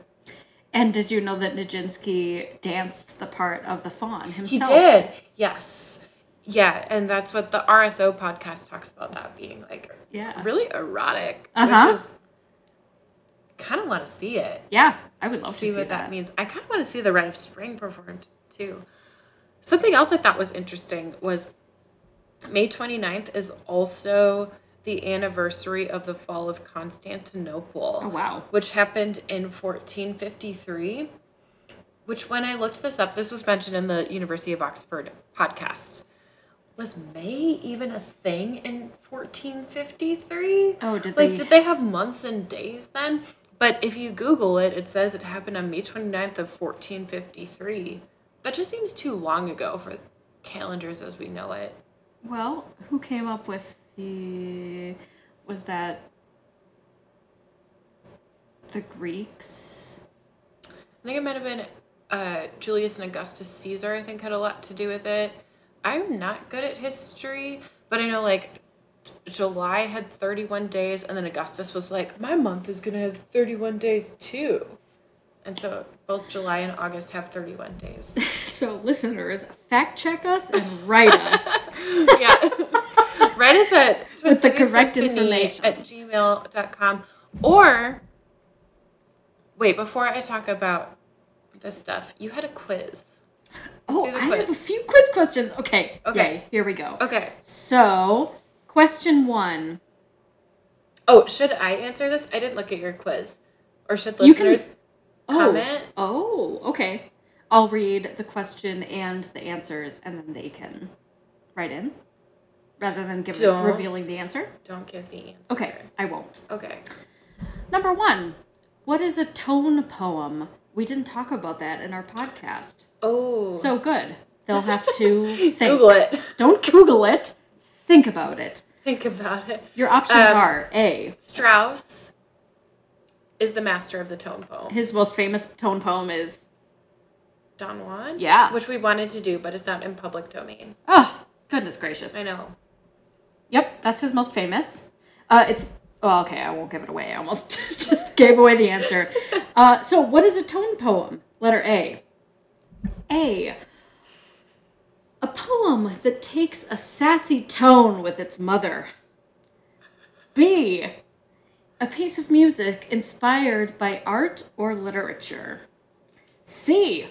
And did you know that Nijinsky danced the part of the fawn He himself? did. Yes. Yeah, and that's what the RSO podcast talks about that being like Yeah. really erotic, Uh-huh. which is kind of want to see it. Yeah, I would love see, to see what that. that. means. I kind of want to see the Rite of Spring performed too. Something else I thought was interesting was May 29th is also the anniversary of the fall of Constantinople Oh wow. which happened in 1453. Which, when I looked this up, this was mentioned in the University of Oxford podcast. Was May even a thing in 1453? Oh, did Like, they? did they have months and days then? But if you Google it, it says it happened on May 29th of 1453. That just seems too long ago for calendars as we know it. Well, who came up with the? Was that the Greeks? I think it might have been uh, Julius and Augustus Caesar, I think, had a lot to do with it. I'm not good at history, but I know like J- July had 31 days, and then Augustus was like, my month is going to have 31 days too. And so both July and August have 31 days. So, listeners, fact check us and write us. yeah. Write us at With the TwinCitiesSymphony correct information. at gmail.com. Or, wait, before I talk about this stuff, you had a quiz. oh, do the I have a quiz. few quiz questions. Okay. Okay. Yay, here we go. Okay. So, question one. Oh, should I answer this? I didn't look at your quiz. Or should You can- listeners Oh, comment? Oh, okay. I'll read the question and the answers, and then they can write in rather than give Don't. revealing the answer. Don't give the answer. Okay, I won't. Okay. Number one, what is a tone poem? We didn't talk about that in our podcast. Oh. So good. They'll have to think. Google it. Don't Google it. Think about it. Think about it. Your options Um, are A. Strauss is the master of the tone poem. His most famous tone poem is Don Juan? Yeah. Which we wanted to do, but it's not in public domain. Oh, goodness gracious. I know. Yep, that's his most famous. Uh, it's oh, okay. I won't give it away. I almost just gave away the answer. Uh, so, what is a tone poem? Letter A. A. A poem that takes a sassy tone with its mother. B. A piece of music inspired by art or literature. C.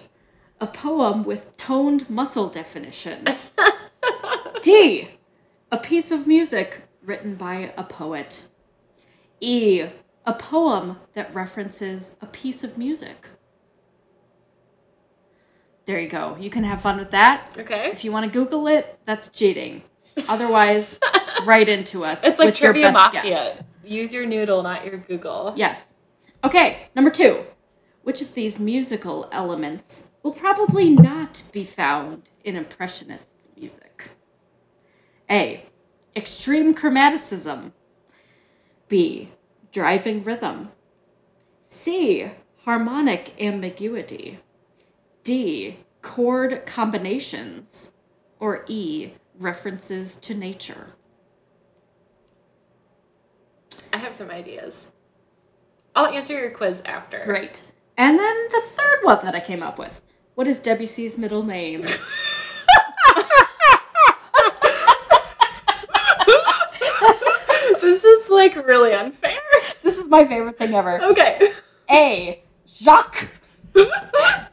A poem with toned muscle definition. D. A piece of music written by a poet. E. A poem that references a piece of music. There you go. You can have fun with that. Okay. If you want to Google it, that's cheating. Otherwise, write into us. It's like with your trivia best mafia. guess. Use your noodle, not your Google. Yes. Okay, number two. Which of these musical elements will probably not be found in Impressionists' music? A. Extreme chromaticism. B. Driving rhythm. C. Harmonic ambiguity. D. Chord combinations. Or E. References to nature. I have some ideas. I'll answer your quiz after. Great. And then the third one that I came up with. What is Debussy's middle name? this is like really unfair. this is my favorite thing ever. Okay. A. Jacques.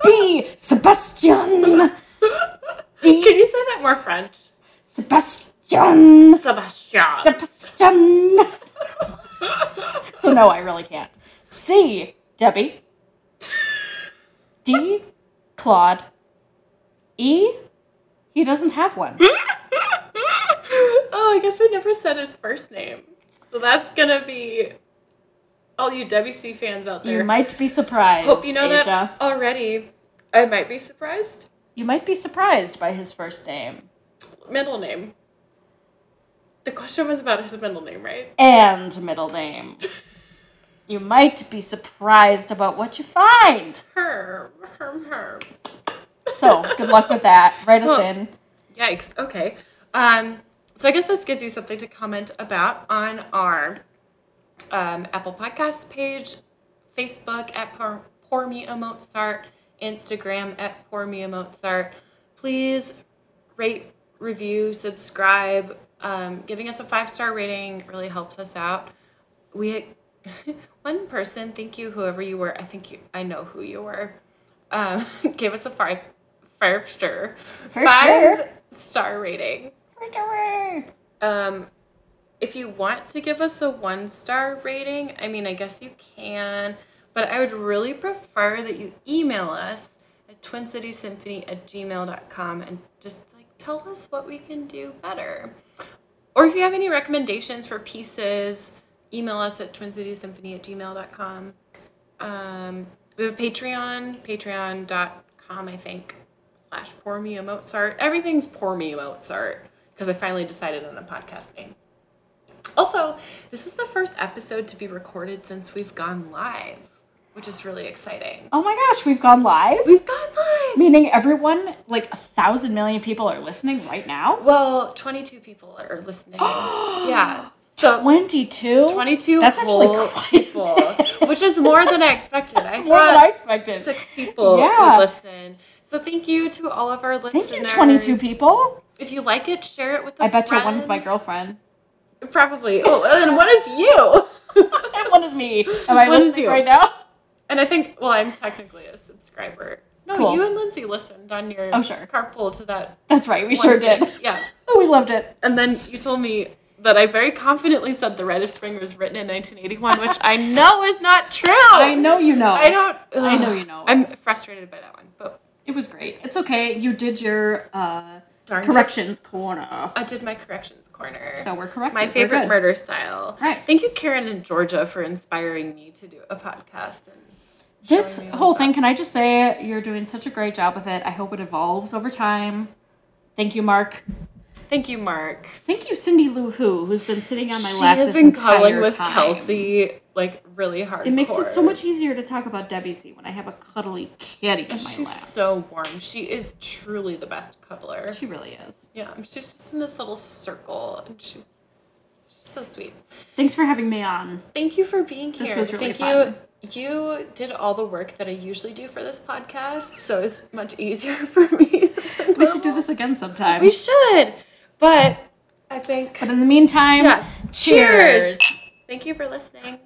B. Sebastian. Can D. you say that more French? Sebastian. Sebastian. Sebastian. so no, I really can't. C. Debbie. D. Claude. E. He doesn't have one. oh, I guess we never said his first name. So that's gonna be all you WC fans out there. You might be surprised. Hope you know Asia. that already. I might be surprised. You might be surprised by his first name Middle name. The question was about his middle name, right? and middle name. you might be surprised about what you find. Herm. Herm Herm. So, good luck with that. Write us Well- in. Yikes. Okay. Um, so I guess this gives you something to comment about on our um, Apple Podcast page, Facebook at Pour, Pour Me a Mozart, Instagram at Pour Me a Mozart. Please rate, review, subscribe. Um, giving us a five star rating really helps us out. We one person, thank you, whoever you were. I think you, I know who you were. Um, gave us a five, five star, For sure. star rating. Um, if you want to give us a one star rating, I mean, I guess you can, but I would really prefer that you email us at twincitysymphony at gmail.com and just like tell us what we can do better. Or if you have any recommendations for pieces, email us at twincitysymphony at gmail.com. Um, we have a Patreon, patreon.com, I think, slash pour me a Mozart. Everything's pour me a Mozart because I finally decided on a podcast name. Also, this is the first episode to be recorded since we've gone live. which is really exciting. Oh my gosh, we've gone live. We've gone live. Meaning everyone, like a thousand million people, are listening right now. Well, 22 people are listening. yeah. So 22? 22 That's actually whole quite a people, bit. which is more than I expected. I That's more than I thought expected. six people Yeah. would listen. So thank you to all of our listeners. Thank you, 22 people. If you like it, share it with. A I bet you one is my friend. girlfriend. Probably. Oh, and one is you. and one is me. Am I One is listening you. right now? and I think, well, I'm technically a subscriber. No, Cool. you and Lindsay listened on your Oh, sure. carpool to that. That's right, we one sure thing. did. Yeah. Oh, we loved it. And then you told me that I very confidently said The Rite of Spring was written in 1981, which I know is not true. I know you know. I don't. I know ugh. you know. I'm frustrated by that one, but It was great. It's okay. You did your uh, darn. corrections corner. I did my corrections corner. So we're correct. my favorite murder style. Right. Thank you, Karen and Georgia, for inspiring me to do a podcast. And This showing me whole what's thing, up. can I just say you're doing such a great job with it. I hope it evolves over time. Thank you, Mark. Thank you, Mark. Thank you, Cindy Lou Who, who's been sitting on my she lap. has this been entire cuddling with time. Kelsey like really hard. It makes it so much easier to talk about Debbie C when I have a cuddly kitty in my She's lap. so warm. She is truly the best cuddler. She really is. yeah, she's just in this little circle, and she's she's so sweet. Thanks for having me on. Thank you for being here. This was really Thank fun. you. You did all the work that I usually do for this podcast, so it's much easier for me. than We should do normal. this again sometime. We should. But I think But in the meantime, yes. cheers. Thank you for listening.